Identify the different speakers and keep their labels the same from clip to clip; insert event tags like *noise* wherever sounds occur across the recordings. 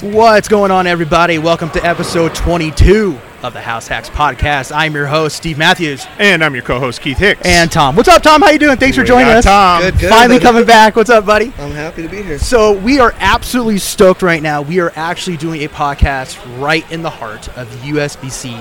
Speaker 1: What's going on, everybody? Welcome to episode 22 of the House Hacks Podcast. I'm your host, Steve Matthews,
Speaker 2: And I'm your co-host Keith Hicks.
Speaker 1: and Tom. What's up, Tom? How you doing? Thanks for
Speaker 2: We
Speaker 1: joining
Speaker 2: got
Speaker 1: us.
Speaker 2: Tom.
Speaker 3: Good, good.
Speaker 1: Finally coming back. What's up, buddy?
Speaker 3: I'm happy to be here.
Speaker 1: So we are absolutely stoked right now. We are actually doing a podcast right in the heart of USBC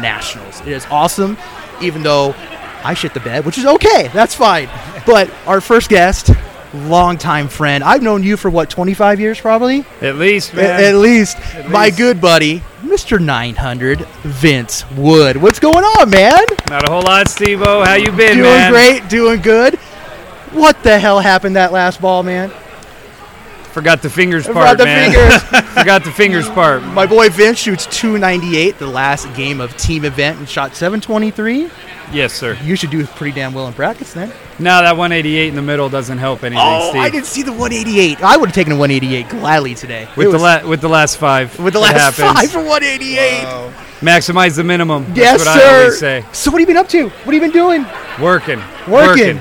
Speaker 1: Nationals. It is awesome, even though I shit the bed, which is okay. That's
Speaker 3: *laughs*
Speaker 1: fine. But our first guest, longtime friend. I've known you for what 25 years, probably
Speaker 2: At least,
Speaker 1: A-
Speaker 2: man.
Speaker 1: at least. My
Speaker 2: least.
Speaker 1: good buddy, Mr. 900, Vince Wood. What's going on, man?
Speaker 4: Not a whole lot, Steve-O. How you been,
Speaker 1: doing
Speaker 4: man?
Speaker 1: great, doing good. What the hell happened that last ball, man?
Speaker 4: Forgot the fingers
Speaker 1: Forgot
Speaker 4: part,
Speaker 1: the
Speaker 4: man.
Speaker 1: fingers.
Speaker 4: *laughs* Forgot the fingers part.
Speaker 1: My boy Vince shoots 298 the last game of team event and shot 723.
Speaker 4: Yes, sir.
Speaker 1: You should do pretty damn well in brackets then.
Speaker 4: No, that 188 in the middle doesn't help anything, Steve.
Speaker 1: Oh, I didn't see the 188. I would have taken a 188 gladly today.
Speaker 4: With
Speaker 1: It
Speaker 4: the
Speaker 1: was-
Speaker 4: la- with the last five.
Speaker 1: with the
Speaker 4: it
Speaker 1: last
Speaker 4: happens.
Speaker 1: five for 188.
Speaker 5: *laughs*
Speaker 4: Maximize the minimum. That's
Speaker 1: Yes,
Speaker 4: what
Speaker 1: sir.
Speaker 4: I always say.
Speaker 1: So what have you been up to? What have you been doing?
Speaker 4: Working.
Speaker 1: Working.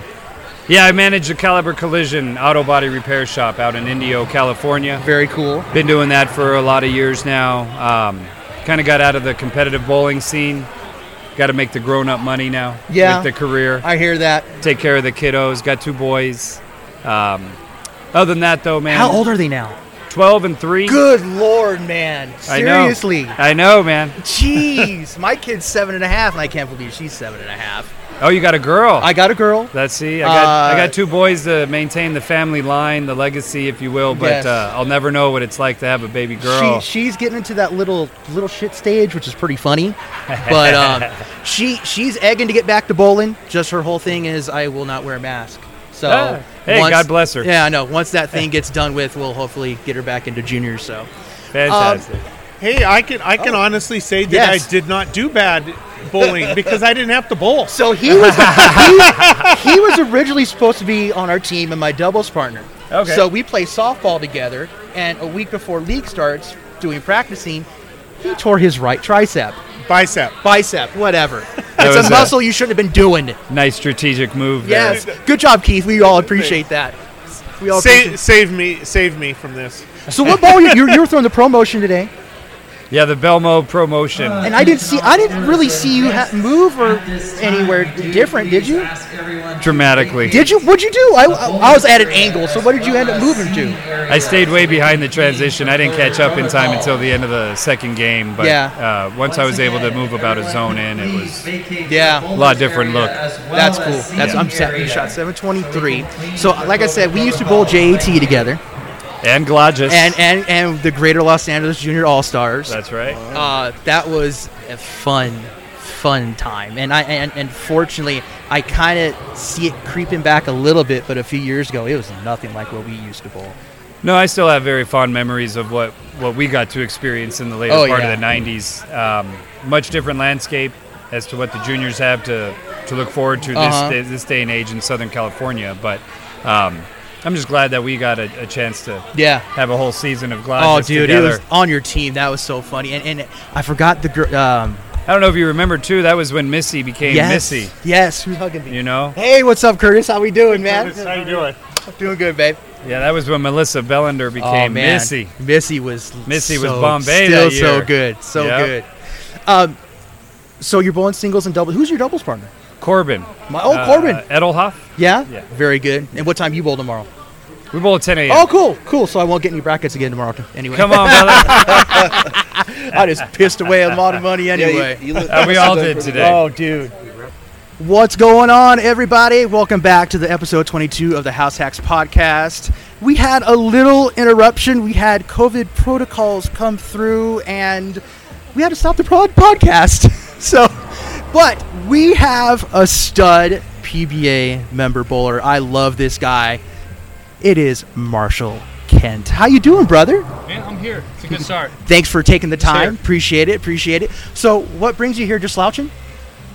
Speaker 4: Yeah, I manage a Caliber Collision auto body repair shop out in Indio, California.
Speaker 1: Very cool.
Speaker 4: Been doing that for a lot of years now. Um, kind of got out of the competitive bowling scene. Got to make the grown-up money now.
Speaker 1: Yeah.
Speaker 4: With the career.
Speaker 1: I hear that.
Speaker 4: take care of the kiddos. Got two boys. Um, other than that, though, man,
Speaker 1: How old are they now?
Speaker 4: Twelve and three.
Speaker 1: Good lord, man.
Speaker 4: I know.
Speaker 1: Seriously.
Speaker 4: I know, man.
Speaker 1: Jeez. My kid's seven and a half, and I can't believe she's seven and a half.
Speaker 4: Oh, you got a girl.
Speaker 1: I got a girl.
Speaker 4: Let's see. I got
Speaker 1: Uh,
Speaker 4: I got two boys to maintain the family line, the legacy, if you will. But
Speaker 1: Yes. Um,
Speaker 4: uh, I'll never know what it's like to have a baby girl.
Speaker 1: She, she's getting into that little little shit stage, which is pretty funny. But um,
Speaker 4: *laughs*
Speaker 1: she she's egging to get back to bowling. Just her whole thing is I will not wear a mask. So
Speaker 4: Ah, hey, God bless her.
Speaker 1: Yeah, I know. Once that thing gets done with, we'll hopefully get her back into juniors. So
Speaker 4: Fantastic.
Speaker 2: hey, I can I can honestly say that
Speaker 1: Yes.
Speaker 2: I did not do bad bowling because I didn't have to bowl.
Speaker 1: so
Speaker 4: *laughs*
Speaker 1: he was he, he was originally supposed to be on our team and my doubles partner.
Speaker 4: Okay.
Speaker 1: So we play softball together, and a week before league starts, doing practicing, he tore his right tricep.
Speaker 2: Bicep.
Speaker 1: bicep,
Speaker 4: *laughs*
Speaker 1: whatever.
Speaker 4: was
Speaker 1: It's a
Speaker 4: a-
Speaker 1: muscle you shouldn't have been doing.
Speaker 4: nice strategic move. there.
Speaker 1: Yes. Good job, Keith. We all appreciate that. We all
Speaker 2: Save,
Speaker 1: appreciate-
Speaker 2: save me, save me from this.
Speaker 1: So what ball were you, you, you were throwing the promotion today?
Speaker 4: Yeah, the Belmo promotion.
Speaker 1: And I didn't see I didn't really see you ha- move or anywhere different, did you?
Speaker 4: Dramatically.
Speaker 1: Did you? What'd you do? I, I, I was at an angle. So what did you end up moving to?
Speaker 4: I stayed way behind the transition. I didn't catch up in time until the end of the second game, but
Speaker 1: Yeah.
Speaker 4: uh, once I was able to move about a zone in, it was
Speaker 1: Yeah.
Speaker 4: A lot different look.
Speaker 1: That's cool. That's I'm set. You shot 723. So like I said, we used to bowl JAT together,
Speaker 4: and Glodges.
Speaker 1: and and and the Greater Los Angeles Junior All Stars.
Speaker 4: that's right.
Speaker 1: uh, that was a fun fun time and i and, and fortunately i kind of see it creeping back a little bit but a few years ago it was nothing like what we used to bowl
Speaker 4: No, I still have very fond memories of what what we got to experience in the later
Speaker 1: Oh,
Speaker 4: part
Speaker 1: yeah.
Speaker 4: of the '90s. Um, much different landscape as to what the juniors have to to look forward to this
Speaker 1: Uh-huh.
Speaker 4: day, this day and age in Southern California. But um, I'm just glad that we got a, a chance to
Speaker 1: yeah
Speaker 4: have a whole season of Glodges
Speaker 1: oh dude
Speaker 4: together.
Speaker 1: it was on your team that was so funny and, and i forgot the girl um
Speaker 4: I don't know if you remember too. That was when Missy became
Speaker 1: yes
Speaker 4: Missy.
Speaker 1: yes who's hugging me
Speaker 4: You know,
Speaker 1: hey what's up curtis how we doing man
Speaker 2: How you doing?
Speaker 1: doing good babe
Speaker 4: yeah, that was when Melissa Bellender became
Speaker 1: oh, man.
Speaker 4: Missy.
Speaker 1: Missy was
Speaker 4: Missy was
Speaker 1: so-
Speaker 4: Bombay
Speaker 1: Still
Speaker 4: that year.
Speaker 1: so good, so
Speaker 4: Yep.
Speaker 1: good. Um, so you're bowling singles and doubles. Who's your doubles partner?
Speaker 4: Corbin.
Speaker 1: My oh Corbin.
Speaker 4: Uh, Edelhoff.
Speaker 1: Yeah?
Speaker 4: Yeah.
Speaker 1: Very good. And what time you bowl tomorrow?
Speaker 4: We bowl at 10 a.m.
Speaker 1: Oh, cool, cool. So I won't get any brackets again tomorrow. Anyway,
Speaker 4: Come on, *laughs* brother.
Speaker 1: *laughs* I just pissed away a lot of money anyway.
Speaker 3: you, you look-
Speaker 4: Uh, we all did today.
Speaker 1: oh, dude. What's going on, everybody? Welcome back to the episode 22 of the House Hacks podcast. We had a little interruption. We had COVID protocols come through, and we had to stop the prod podcast. *laughs* so, but we have a stud PBA member bowler. I love this guy. It is Marshall Kent. How you doing, brother?
Speaker 5: Man, I'm here. It's a good start.
Speaker 1: Thanks for taking the time.
Speaker 5: Sure.
Speaker 1: Appreciate it. Appreciate it. So, what brings you here to slouching?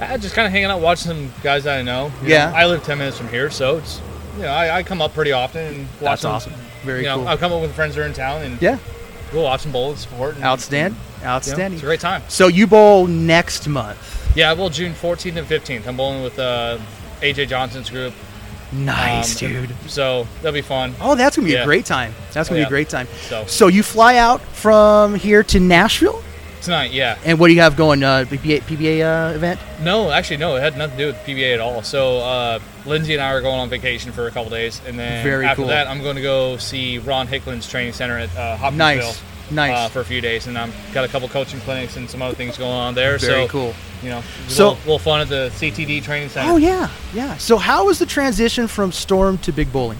Speaker 5: Ah, just kind of hanging out, watching some guys that I know. You
Speaker 1: Yeah.
Speaker 5: know, I live 10 minutes from here, so it's, you know, I, I come up pretty often and
Speaker 1: That's
Speaker 5: watch them.
Speaker 1: awesome. Very
Speaker 5: You know,
Speaker 1: cool.
Speaker 5: I'll come up with friends that are in town and
Speaker 1: Yeah.
Speaker 5: we'll watch them bowl and support. And,
Speaker 1: Outstanding.
Speaker 5: you know,
Speaker 1: Outstanding.
Speaker 5: it's a great time.
Speaker 1: so you bowl next month.
Speaker 5: Yeah, I bowl June 14th and 15th. I'm bowling with uh, AJ Johnson's group.
Speaker 1: Nice,
Speaker 5: Um,
Speaker 1: dude.
Speaker 5: So that'll be fun.
Speaker 1: Oh, that's gonna be a
Speaker 5: yeah.
Speaker 1: great time. That's
Speaker 5: Oh,
Speaker 1: gonna be
Speaker 5: yeah.
Speaker 1: a great time.
Speaker 5: So
Speaker 1: So you fly out from here to Nashville,
Speaker 5: tonight, yeah.
Speaker 1: and what do you have going? Uh, PBA, PBA uh, event.
Speaker 5: No, actually, no. It had nothing to do with PBA at all. So uh, Lindsay and I are going on vacation for a couple days, and then
Speaker 1: Very
Speaker 5: after
Speaker 1: cool.
Speaker 5: that, I'm going to go see Ron Hicklin's training center at uh, Hopkinsville.
Speaker 1: Nice, nice.
Speaker 5: Uh, for a few days, and I've got a couple coaching clinics and some other things going on there.
Speaker 1: Very
Speaker 5: so,
Speaker 1: cool.
Speaker 5: You know,
Speaker 1: So-
Speaker 5: so little, little fun at the CTD training center.
Speaker 1: Oh yeah, yeah. So how was the transition from Storm to Big Bowling?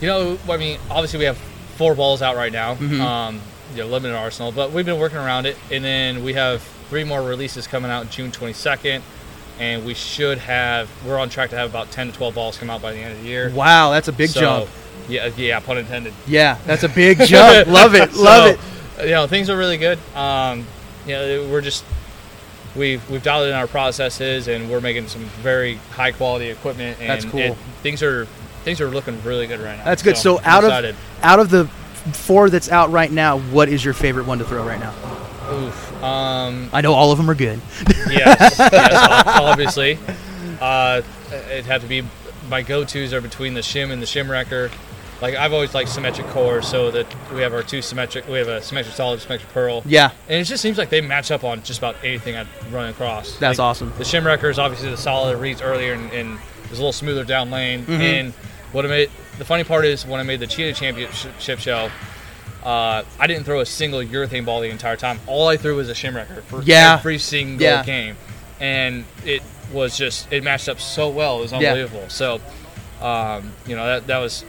Speaker 5: You know, I mean, obviously we have four balls out right now.
Speaker 1: Mm-hmm.
Speaker 5: Um, you know, limited arsenal, but we've been working around it, and then we have three more releases coming out June 22nd, and we should have. We're on track to have about 10 to 12 balls come out by the end of the year.
Speaker 1: Wow, that's a big
Speaker 5: So,
Speaker 1: jump.
Speaker 5: Yeah, yeah, pun intended.
Speaker 1: Yeah, that's a
Speaker 5: *laughs*
Speaker 1: big jump. Love it, love it.
Speaker 5: it. You know, things are really good. Um, you know, we're just we've we've dialed in our processes, and we're making some very high quality equipment. And
Speaker 1: That's cool.
Speaker 5: it- things are things are looking really good right now.
Speaker 1: That's good. So,
Speaker 5: I'm
Speaker 1: out
Speaker 5: excited.
Speaker 1: of out of the four that's out right now, what is your favorite one to throw right now?
Speaker 5: Oof. Um,
Speaker 1: I know all of them are good.
Speaker 5: yes, yes, ob- obviously. Uh, it'd have to be my go-tos are between the shim and the shim wrecker. Like I've always liked symmetric core, so that we have our two symmetric. We have a symmetric solid, symmetric pearl.
Speaker 1: Yeah,
Speaker 5: And it just seems like they match up on just about anything I run across.
Speaker 1: That's
Speaker 5: Like,
Speaker 1: awesome.
Speaker 5: The shim wrecker is obviously the solid it reads earlier and, and is a little smoother down lane.
Speaker 1: Mm-hmm.
Speaker 5: And what I made the funny part is when I made the cheetah championship show. Uh, I didn't throw a single urethane ball the entire time. All I threw was a shim wrecker for
Speaker 1: Yeah.
Speaker 5: every single
Speaker 1: Yeah.
Speaker 5: game, and it was just it matched up so well. It was
Speaker 1: Yeah.
Speaker 5: unbelievable. So, um, you know that that was,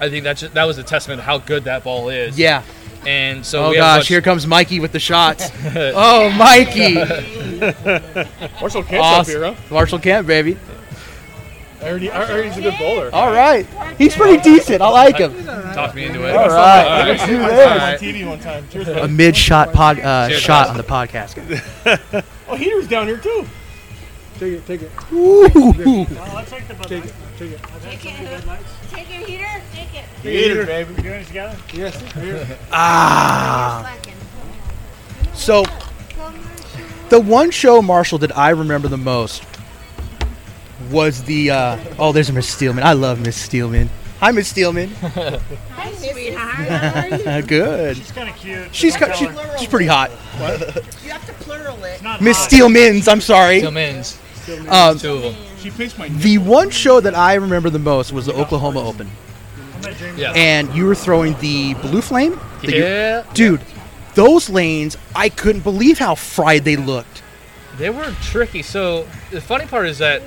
Speaker 5: I think that's just, that was a testament to how good that ball is.
Speaker 1: yeah.
Speaker 5: And so
Speaker 1: Oh
Speaker 5: we have a
Speaker 1: gosh,
Speaker 5: bunch-
Speaker 1: here comes Mikey with the
Speaker 5: *laughs*
Speaker 1: shots. oh, Mikey!
Speaker 2: Marshall Kent's
Speaker 1: awesome.
Speaker 2: up here,
Speaker 1: Marshall Kent, baby.
Speaker 2: huh? I already, I already he's a good bowler.
Speaker 1: All right, he's pretty decent. I like him.
Speaker 5: talked me into it.
Speaker 1: All right,
Speaker 5: All
Speaker 1: look at you there.
Speaker 2: I saw him on
Speaker 5: Alright.
Speaker 2: TV one time. Cheers,
Speaker 1: A
Speaker 2: buddy.
Speaker 1: mid-shot pod, uh,
Speaker 5: Cheers,
Speaker 1: shot
Speaker 5: guys.
Speaker 1: on the podcast.
Speaker 2: Oh, Heater's down here too. Take it, take it,
Speaker 1: Ooh.
Speaker 2: take it, take it.
Speaker 3: Take it. Take your heater. Take it.
Speaker 2: Heater, baby.
Speaker 6: Doing it together?
Speaker 2: Yes, here.
Speaker 1: Ah.
Speaker 3: Slacking.
Speaker 1: So
Speaker 3: Go, Marshall.
Speaker 1: the one show Marshall that I remember the most was the uh, oh, there's Miss Steelman. I love Miss Steelman. Hi, Miss Steelman.
Speaker 3: Hi, sweetheart.
Speaker 1: *laughs*
Speaker 3: How are you?
Speaker 1: Uh, Good.
Speaker 6: She's kind of cute.
Speaker 1: She's
Speaker 6: Don't
Speaker 1: cut, she,
Speaker 6: tell her.
Speaker 1: she's pretty hot.
Speaker 7: You have to plural it.
Speaker 6: It's not
Speaker 1: Miss
Speaker 6: hot.
Speaker 1: Steelman's. I'm sorry.
Speaker 5: Two men's,
Speaker 1: Um,
Speaker 5: two of them.
Speaker 2: She pinched my.
Speaker 1: the one show that I remember the most was the Oklahoma Open,
Speaker 6: I'm not dreaming.
Speaker 5: Yeah.
Speaker 1: and you were throwing the blue flame. The-
Speaker 5: yeah,
Speaker 1: Dude, those lanes, I couldn't believe how fried they looked.
Speaker 5: they were tricky. So the funny part is that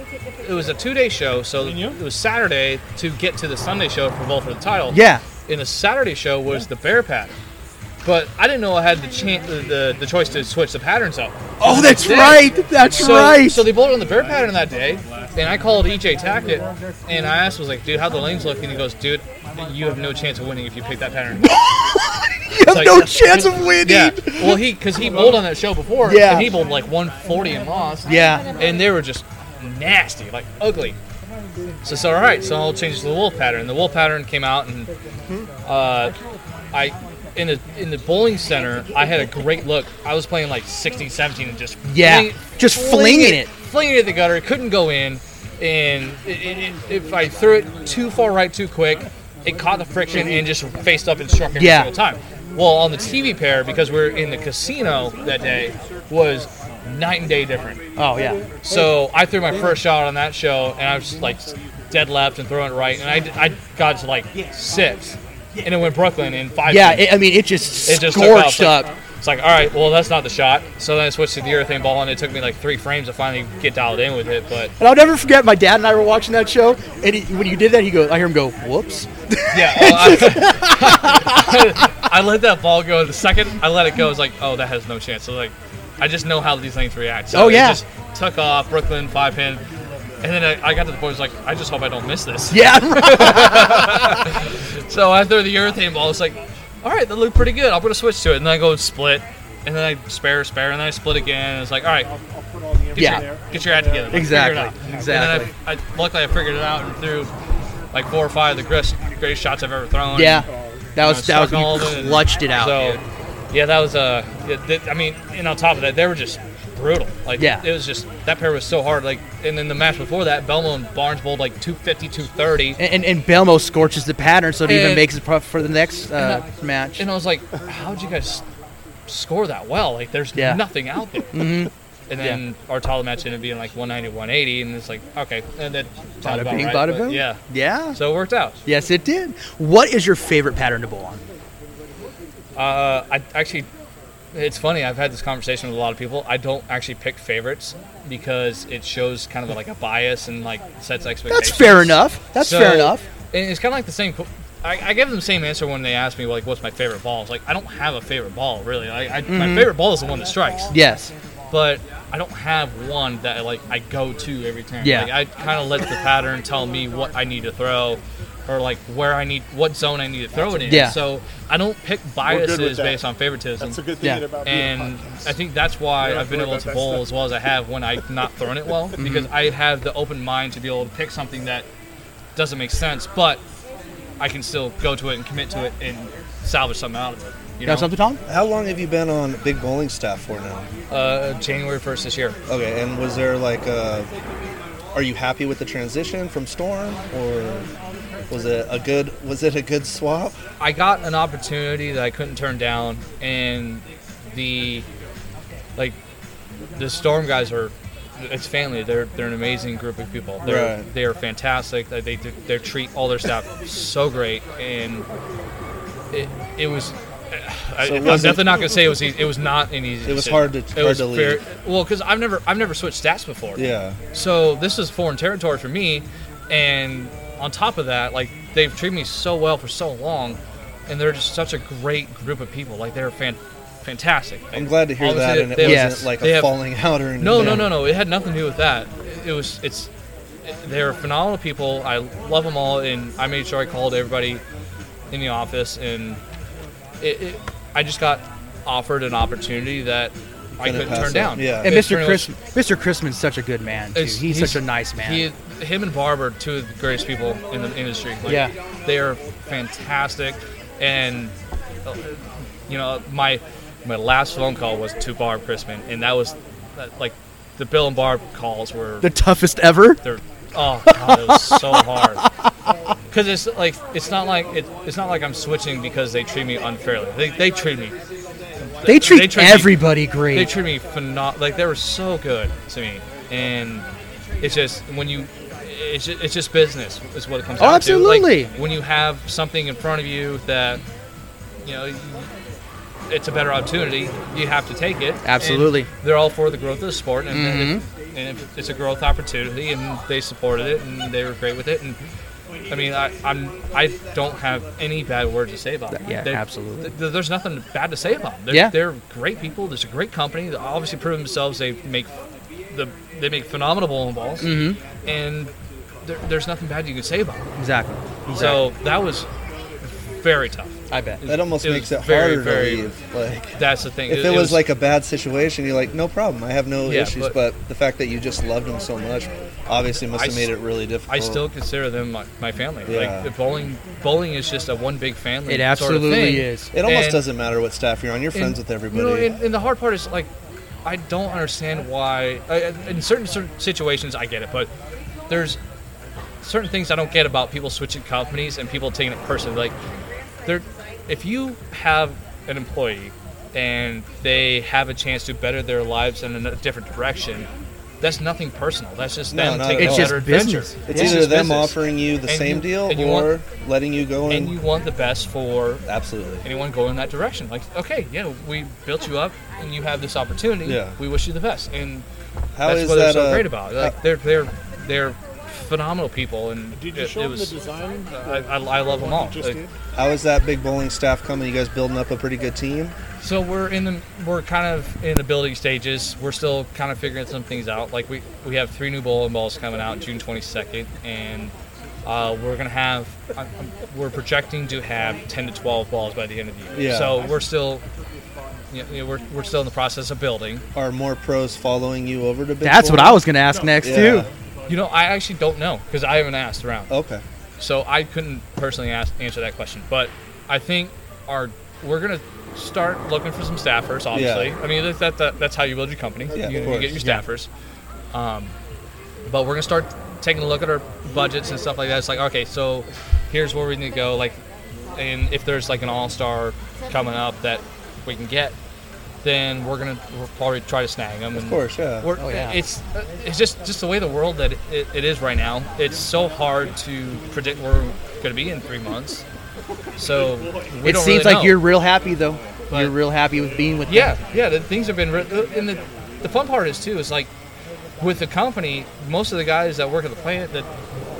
Speaker 5: it was a two-day show. So
Speaker 2: And you?
Speaker 5: it was Saturday to get to the Sunday show for both for the title.
Speaker 1: Yeah.
Speaker 5: And the Saturday show was the bear pattern. But I didn't know I had the chance, the, the, the choice to switch the patterns up.
Speaker 1: Oh, that's
Speaker 5: Yeah.
Speaker 1: right. That's
Speaker 5: So,
Speaker 1: right.
Speaker 5: so they bowled on the bear pattern that day, and I called EJ Tackett, and I asked, was like, dude, how the lanes look? And he goes, dude, you have no chance of winning if you pick that pattern.
Speaker 1: *laughs* you have
Speaker 5: like-
Speaker 1: no chance of winning.
Speaker 5: Yeah. Well, he because he bowled on that show before.
Speaker 1: Yeah.
Speaker 5: And he bowled like 140 and lost.
Speaker 1: Yeah.
Speaker 5: And they were just nasty, like ugly. So, so all right, so I'll change to the wolf pattern. The wolf pattern came out, and uh, I in the in the bowling center, I had a great look. I was playing like 16, 17, and just
Speaker 1: Yeah.
Speaker 5: fling-
Speaker 1: Just flinging it.
Speaker 5: flinging it at the gutter. It couldn't go in, and it, it, it, if I threw it too far right too quick, it caught the friction and just faced up and struck every
Speaker 1: Yeah.
Speaker 5: single time. Well, on the TV pair because we are in the casino that day was night and day different.
Speaker 1: Oh, yeah.
Speaker 5: So I threw my first shot on that show, and I was just like dead left and throwing it right, and I, I got to like six, and it went Brooklyn in five.
Speaker 1: Yeah,
Speaker 5: feet.
Speaker 1: it, I mean, it just
Speaker 5: It just took
Speaker 1: scorched up.
Speaker 5: off, like- It's like, all right, well, that's not the shot. So then I switched to the urethane ball, and it took me like three frames to finally get dialed in with it. But
Speaker 1: And I'll never forget, my dad and I were watching that show, and he, when you did that, he goes, I hear him go, whoops. *laughs*
Speaker 5: yeah, oh, I, *laughs* I let that ball go. The second I let it go, it's like, oh, that has no chance. So like, I just know how these things react. So
Speaker 1: Oh, yeah.
Speaker 5: it just took off Brooklyn five pin, and then I, I got to the point. It's like, I just hope I don't miss this.
Speaker 1: Yeah,
Speaker 5: *laughs*
Speaker 1: right.
Speaker 5: So I threw the urethane ball. It's like, all right, that looked pretty good. I'm gonna switch to it, and then I go and split, and then I spare, spare, and then I split again. It's like, all right, get
Speaker 1: Yeah.
Speaker 5: your, get your act together. Like,
Speaker 1: Exactly,
Speaker 5: figure it out.
Speaker 1: exactly.
Speaker 5: And then I, I, luckily, I figured it out and threw like four or five of the greatest, greatest shots I've ever thrown.
Speaker 1: yeah. That was, that was,
Speaker 5: Stuck all of
Speaker 1: you clutched it out.
Speaker 5: So, yeah, that was uh, it- that- I mean, and on top of that, they were just brutal. Like
Speaker 1: Yeah.
Speaker 5: it was just that pair was so hard. Like and then the match before that, Belmo and Barnes bowled like 250, 230.
Speaker 1: And, and, and Belmo scorches the pattern, so it even
Speaker 5: And-
Speaker 1: makes it pro- for the next uh,
Speaker 5: And
Speaker 1: match.
Speaker 5: And I was like, how'd you guys score that well? Like there's
Speaker 1: Yeah. Mm-hmm.
Speaker 5: nothing
Speaker 1: *laughs*
Speaker 5: out there. And then our title match ended up being like 190, 180, and it's like okay, and then
Speaker 1: Bada
Speaker 5: about
Speaker 1: bing,
Speaker 5: right,
Speaker 1: bada
Speaker 5: but
Speaker 1: boom.
Speaker 5: Yeah,
Speaker 1: Yeah.
Speaker 5: so it worked out.
Speaker 1: Yes, it did. What is your favorite pattern to bowl on?
Speaker 5: Uh, I actually, it's funny. I've had this conversation with a lot of people. I don't actually pick favorites because it shows kind of like a bias and like sets expectations.
Speaker 1: That's fair enough. That's
Speaker 5: So,
Speaker 1: fair enough.
Speaker 5: And it's kind of like the same. qu- I, I gave them the same answer when they asked me like, "What's my favorite ball?" It's like I don't have a favorite ball really. Like, I,
Speaker 1: Mm-hmm.
Speaker 5: My favorite ball is the one that strikes,
Speaker 1: Yes.
Speaker 5: but I don't have one that like I go to every time.
Speaker 1: Yeah.
Speaker 5: Like, I kind of let the pattern tell me what I need to throw. Or like where I need, what zone I need to throw it in.
Speaker 1: Yeah.
Speaker 5: So I don't pick
Speaker 6: with
Speaker 5: biases
Speaker 6: that.
Speaker 5: based on favoritism
Speaker 6: That's a good thing
Speaker 1: Yeah.
Speaker 6: about being
Speaker 5: and
Speaker 6: a podcast.
Speaker 5: I think that's why
Speaker 6: Yeah,
Speaker 5: I've been
Speaker 6: I
Speaker 5: able
Speaker 6: love
Speaker 5: to
Speaker 6: that
Speaker 5: bowl
Speaker 6: stuff.
Speaker 5: as well as I have when I've not thrown it well
Speaker 1: Mm-hmm.
Speaker 5: because I have the open mind to be able to pick something that doesn't make sense, but I can still go to it and commit to it and salvage something out of it. You
Speaker 1: You got
Speaker 5: know,
Speaker 1: something, Tom?
Speaker 8: How long have you been on big bowling staff for now?
Speaker 5: uh, January first this year.
Speaker 8: Okay, and was there like a. Are you happy with the transition from Storm, or was it a good was it a good swap?
Speaker 5: I got an opportunity that I couldn't turn down, and the like the Storm guys are it's family. They're they're an amazing group of people. They're
Speaker 8: Right.
Speaker 5: they are fantastic. They they, they treat all their staff so great, and it it was. *sighs* I,
Speaker 8: So
Speaker 5: I'm
Speaker 8: it wasn't-
Speaker 5: definitely not gonna say it was easy. It was not an easy.
Speaker 8: It was
Speaker 5: decision.
Speaker 8: hard to- hard to
Speaker 5: very-
Speaker 8: leave.
Speaker 5: Well, because I've never I've never switched stats before.
Speaker 8: Yeah,
Speaker 5: So this is foreign territory for me, and on top of that, like they've treated me so well for so long, and they're just such a great group of people. Like they're fan- fantastic.
Speaker 8: I'm glad to hear
Speaker 5: Obviously,
Speaker 8: that,
Speaker 5: they-
Speaker 8: and it
Speaker 5: they have-
Speaker 8: wasn't
Speaker 1: Yes.
Speaker 8: like a
Speaker 5: they have-
Speaker 8: falling out or anything.
Speaker 5: No, no, no, no. It had nothing to do with that. It was it's they're phenomenal people. I love them all, and I made sure I called everybody in the office, and it, it, I just got offered an opportunity that I
Speaker 8: Couldn't
Speaker 5: couldn't
Speaker 8: pass
Speaker 5: turn
Speaker 8: up.
Speaker 5: down.
Speaker 8: Yeah.
Speaker 1: And
Speaker 5: It's
Speaker 1: Mr.
Speaker 5: pretty
Speaker 1: Chris,
Speaker 5: much-
Speaker 1: Mr. Chrisman's such a good man too.
Speaker 5: It's-
Speaker 1: He's, such a nice man.
Speaker 5: He, him and Barb are two of the greatest people in the industry. Like,
Speaker 1: Yeah.
Speaker 5: they are fantastic, and uh, you know my my last phone call was to Barb Crispin, and that was uh, like the Bill and Barb calls were
Speaker 1: the toughest ever.
Speaker 5: they're oh god, it
Speaker 1: *laughs*
Speaker 5: was so hard. Because it's like it's not like it, it's not like I'm switching because they treat me unfairly. They, they treat me
Speaker 1: They treat,
Speaker 5: treat me-
Speaker 1: everybody great.
Speaker 5: they treated me phenomenal. Like they were so good to me, and it's just when you, it's just, it's just business is what it comes
Speaker 1: Oh,
Speaker 5: down to.
Speaker 1: absolutely.
Speaker 5: Like, when you have something in front of you that, you know, it's a better opportunity, you have to take it.
Speaker 1: Absolutely. Mm-hmm.
Speaker 5: And they're all for the growth of the sport, and, and if- and if it's a growth opportunity, and they supported it, and they were great with it, and. I mean, I, I'm I don't have any bad words to say about them.
Speaker 1: Yeah,
Speaker 5: They're-
Speaker 1: absolutely.
Speaker 5: th- there's nothing bad to say about them. They're,
Speaker 1: Yeah.
Speaker 5: they're great people. There's a great company. They obviously prove themselves. They make the they make phenomenal bowling balls, mm-hmm. and there, there's nothing bad you can say about them.
Speaker 1: exactly.
Speaker 5: So that was very tough.
Speaker 1: I bet.
Speaker 8: That almost
Speaker 5: It was
Speaker 8: makes it
Speaker 5: very,
Speaker 8: harder
Speaker 5: very-
Speaker 8: to leave. Like
Speaker 5: That's the thing.
Speaker 8: if it, was, like a bad situation, you're like, no problem, I have no
Speaker 5: Yeah,
Speaker 8: issues.
Speaker 5: but-
Speaker 8: But, the fact that you just loved them so much, obviously, must
Speaker 5: I
Speaker 8: have made
Speaker 5: s-
Speaker 8: it really difficult.
Speaker 5: I still consider them my, my family.
Speaker 8: Yeah.
Speaker 5: Like bowling, bowling is just a one big family.
Speaker 1: It
Speaker 5: sort of
Speaker 1: absolutely
Speaker 5: thing.
Speaker 1: is.
Speaker 8: It almost
Speaker 5: and-
Speaker 8: doesn't matter what staff you're on. You're friends
Speaker 5: And,
Speaker 8: with everybody.
Speaker 5: You know, and, and the hard part is like, I don't understand why. I, I- in certain certain situations, I get it, but there's certain things I don't get about people switching companies and people taking it personally. Like, they're if you have an employee and they have a chance to better their lives in a different direction. That's nothing personal. That's just
Speaker 8: No,
Speaker 5: them
Speaker 8: not
Speaker 5: taking
Speaker 8: at
Speaker 5: a
Speaker 8: all.
Speaker 5: better
Speaker 1: It's just
Speaker 5: adventure.
Speaker 1: business.
Speaker 8: it's
Speaker 5: just
Speaker 8: either them
Speaker 5: business.
Speaker 8: offering you the
Speaker 5: And
Speaker 8: same
Speaker 5: you-
Speaker 8: deal
Speaker 5: and you
Speaker 8: or
Speaker 5: want-
Speaker 8: letting you go in.
Speaker 5: and you want the best for
Speaker 8: Absolutely.
Speaker 5: anyone go in that direction. Like, okay, yeah, we built you up, and you have this opportunity.
Speaker 8: Yeah.
Speaker 5: We wish you the best, and
Speaker 8: How
Speaker 5: that's
Speaker 8: is
Speaker 5: what
Speaker 8: that?
Speaker 5: they're so
Speaker 8: uh,
Speaker 5: great about. Like, they're they're they're phenomenal people, and
Speaker 6: Did you
Speaker 5: it,
Speaker 6: show
Speaker 5: it
Speaker 6: them the
Speaker 5: was.
Speaker 6: design?
Speaker 5: I, I, I love them all.
Speaker 6: Just
Speaker 5: Like,
Speaker 6: did?
Speaker 8: how is that big bowling staff coming? You guys building up a pretty good team.
Speaker 5: so we're in the we're kind of in the building stages. We're still kind of figuring some things out. Like we we have three new bowling balls coming out June 22nd, and uh, we're gonna have I'm, I'm- we're projecting to have 10 to 12 balls by the end of the year.
Speaker 8: Yeah.
Speaker 5: So we're still you know, we're we're still in the process of building.
Speaker 8: Are more pros following you over to big?
Speaker 1: That's what
Speaker 8: bowling?
Speaker 1: I was going to ask next
Speaker 8: Yeah.
Speaker 1: too.
Speaker 5: You know, I actually don't know because I haven't asked around.
Speaker 8: Okay.
Speaker 5: So I couldn't personally ask, answer that question, but I think our we're gonna start looking for some staffers. Obviously, I mean that, that, that, that's how you build your company.
Speaker 8: Yeah,
Speaker 5: you,
Speaker 8: of
Speaker 5: you get your
Speaker 8: course.
Speaker 5: staffers. Um, but we're gonna start taking a look at our budgets and stuff like that. It's like okay, so here's where we need to go. Like, and if there's like an all star coming up that we can get, then we're gonna we'll probably try to snag them.
Speaker 8: Of course, yeah.
Speaker 5: We're,
Speaker 7: Oh, yeah.
Speaker 5: It's it's just just the way the world that it, it, it is right now. It's so hard to predict where we're going to be in three months. So we
Speaker 6: it
Speaker 5: don't
Speaker 6: seems
Speaker 5: really
Speaker 6: like
Speaker 5: know.
Speaker 6: you're real happy though.
Speaker 5: But-
Speaker 6: you're real happy with being with
Speaker 5: Yeah, yeah. The things have been, re- and the the fun part is too is like with the company, most of the guys that work at the plant that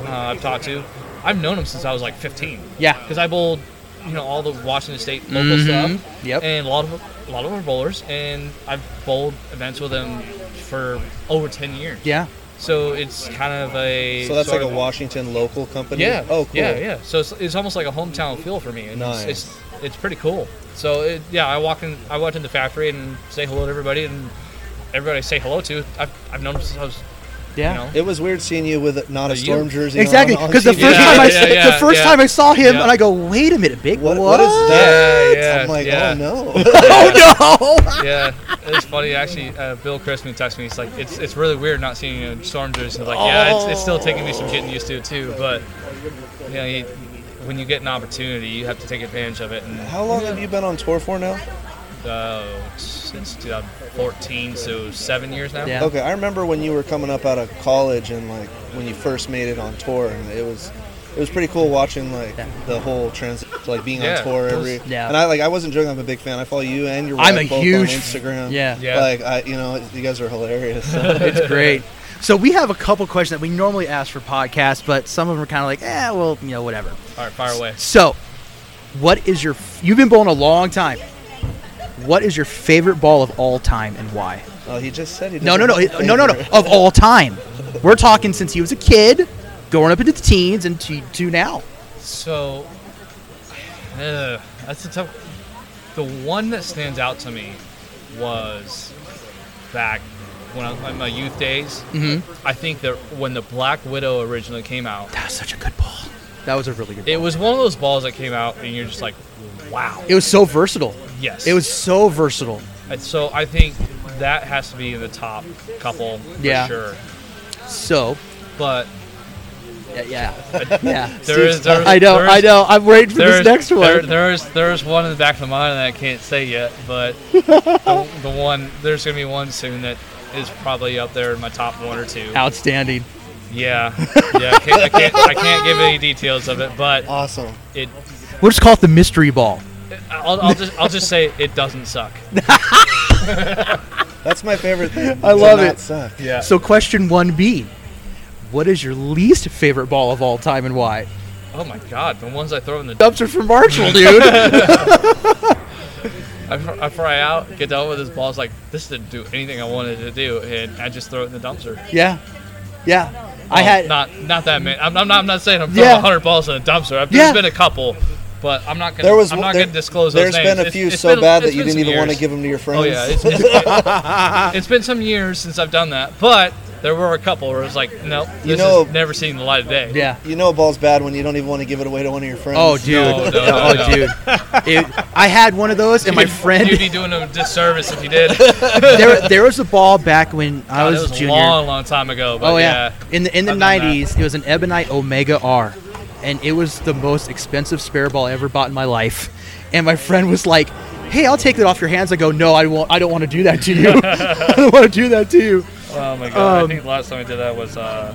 Speaker 5: uh, I've talked to, I've known them since I was like 15.
Speaker 6: Yeah.
Speaker 5: because I bowled, you know, all the Washington State local stuff.
Speaker 6: Mm-hmm. Yep.
Speaker 5: and a lot of a lot of them are bowlers, and I've bowled events with them for over 10 years.
Speaker 6: Yeah.
Speaker 5: So it's kind of a.
Speaker 8: So that's
Speaker 5: sort
Speaker 8: like a
Speaker 5: of-
Speaker 8: Washington local company.
Speaker 5: Yeah.
Speaker 8: Oh, cool.
Speaker 5: Yeah, yeah. So it's, it's almost like a hometown feel for me. And
Speaker 8: Nice.
Speaker 5: It's, it's it's pretty cool. So it, yeah, I walk in. I walked in the factory and say hello to everybody, and everybody I say hello to. I've, I've known since I was,
Speaker 6: Yeah.
Speaker 5: you know.
Speaker 8: It was weird seeing you with not a
Speaker 5: But you-
Speaker 8: storm jersey.
Speaker 1: Exactly,
Speaker 8: on- on
Speaker 1: because the first
Speaker 8: TV.
Speaker 5: Yeah,
Speaker 1: time I
Speaker 5: yeah,
Speaker 1: s- the
Speaker 5: yeah,
Speaker 1: first
Speaker 5: yeah.
Speaker 1: time I saw him,
Speaker 5: Yeah.
Speaker 1: and I go, "Wait a minute, big
Speaker 8: What, what is that?
Speaker 5: Yeah, yeah,
Speaker 8: I'm like, oh
Speaker 5: yeah.
Speaker 8: no. *laughs*
Speaker 1: Oh no!
Speaker 5: *laughs* yeah, it's funny. Actually, uh, Bill Crispin texted me. He's like, it's it's really weird not seeing you in storm jersey. I'm like, yeah, it's, it's still taking me some getting used to it too. But you know, you, when you get an opportunity, you have to take advantage of it. And
Speaker 8: How long have you been on tour for now?
Speaker 5: uh, since 2014, so seven years now.
Speaker 6: Yeah.
Speaker 8: Okay, I remember when you were coming up out of college and like when you first made it on tour, and it was it was pretty cool watching like the whole transition, like being
Speaker 5: Yeah,
Speaker 8: on tour
Speaker 5: it
Speaker 8: every.
Speaker 5: was-
Speaker 6: Yeah.
Speaker 8: And I like I wasn't joking. I'm a big fan. I follow you and your.
Speaker 6: I'm
Speaker 8: wife
Speaker 6: a
Speaker 8: both
Speaker 6: huge-
Speaker 8: on Instagram.
Speaker 6: Yeah.
Speaker 5: Yeah.
Speaker 8: Like I, you know, you guys are hilarious.
Speaker 1: *laughs*
Speaker 6: It's great.
Speaker 1: So we have a couple questions that we normally ask for podcasts, but some of them are kind of like, "Eh, well, you know, whatever."
Speaker 5: All right, fire away.
Speaker 1: So, what is your? f- You've been bowling a long time. What is your favorite ball of all time, and why?
Speaker 8: oh, he just said he.
Speaker 1: No, no, no,
Speaker 8: doesn't have a
Speaker 1: no, no, no.
Speaker 8: favorite.
Speaker 1: Of all time, we're talking since he was a kid, going up into the teens, and to, to now.
Speaker 5: So, uh, that's a tough. The one that stands out to me was back when I, in my youth days.
Speaker 1: Mm-hmm.
Speaker 5: I think that when the Black Widow originally came out,
Speaker 1: That was such a good ball. That was a really good.
Speaker 5: it was one of those balls that came out, and you're just like, wow,
Speaker 1: It was so versatile.
Speaker 5: yes.
Speaker 1: It was so versatile.
Speaker 5: And so I think that has to be in the top couple for
Speaker 6: Yeah.
Speaker 5: sure.
Speaker 1: So,
Speaker 5: But
Speaker 6: Yeah. Yeah. yeah.
Speaker 5: there is, there is
Speaker 1: I know,
Speaker 5: there is-
Speaker 1: I know. I'm waiting for
Speaker 5: There's
Speaker 1: this next one.
Speaker 5: There, there's there's one in the back of the mind that I can't say yet,
Speaker 1: *laughs*
Speaker 5: but the, the one there's gonna be one soon that is probably up there in my top one or two.
Speaker 6: Outstanding.
Speaker 5: Yeah,
Speaker 1: *laughs*
Speaker 5: yeah. I can't, I can't I can't give any details of it, but
Speaker 8: Awesome.
Speaker 5: it.
Speaker 1: we'll just call it the mystery ball.
Speaker 5: I'll, I'll just I'll just say it doesn't suck.
Speaker 8: That's my
Speaker 1: *laughs*
Speaker 8: favorite thing.
Speaker 1: I
Speaker 8: to
Speaker 1: love
Speaker 8: not
Speaker 1: it.
Speaker 8: Suck.
Speaker 5: Yeah.
Speaker 1: So, question 1B What is your least favorite ball of all time and why?
Speaker 5: Oh my god, the ones I throw in the
Speaker 1: Dubs are from Marshall, dude.
Speaker 5: I, fr- I fry out, get done with this ball. It's like this didn't do anything I wanted to do, and I just throw it in the dumpster.
Speaker 6: Yeah. Yeah. I
Speaker 5: Well,
Speaker 6: had.
Speaker 5: Oh, not not that many. I'm, I'm not I'm not saying I'm throwing
Speaker 1: Yeah.
Speaker 5: 100 balls in a dumpster. I've,
Speaker 1: Yeah.
Speaker 5: There's been a couple, but I'm not gonna
Speaker 8: There was
Speaker 5: I'm not
Speaker 8: there-
Speaker 5: gonna disclose those
Speaker 8: There's
Speaker 5: names.
Speaker 8: been a
Speaker 5: It's-
Speaker 8: few
Speaker 5: it's
Speaker 8: so
Speaker 5: been-
Speaker 8: bad that
Speaker 5: it's
Speaker 8: you
Speaker 5: been
Speaker 8: didn't
Speaker 5: some
Speaker 8: even want to
Speaker 5: years.
Speaker 8: give them to your friends.
Speaker 5: Oh yeah, it's, it's,
Speaker 8: *laughs*
Speaker 5: it's been some years since I've done that, but there were a couple where it's like, nope, this
Speaker 8: You know-
Speaker 5: has never seen the light of day.
Speaker 6: Yeah.
Speaker 8: you know a ball's bad when you don't even want to give it away to one of your friends.
Speaker 1: oh, dude.
Speaker 5: No, no, *laughs* no,
Speaker 1: oh,
Speaker 5: no.
Speaker 1: dude. It- I had one of those, and my
Speaker 5: *laughs* You'd-
Speaker 1: friend,
Speaker 5: you'd be doing them a disservice if you
Speaker 1: *laughs*
Speaker 5: did.
Speaker 1: there, there was a ball back when I
Speaker 5: That
Speaker 1: was,
Speaker 5: was
Speaker 1: a
Speaker 5: a
Speaker 1: junior.
Speaker 5: long, long time ago. But
Speaker 1: oh,
Speaker 5: yeah.
Speaker 1: yeah. In the, in the
Speaker 5: I've done that.
Speaker 1: 90s, it was an Ebonite Omega R, and it was the most expensive spare ball I ever bought in my life. And my friend was like, Hey, I'll take that off your hands. I go, no, I won't. I don't want to do that to you. *laughs* I don't want to do that to you.
Speaker 5: Oh my god!
Speaker 1: Um,
Speaker 5: I think the last time I did that was, uh,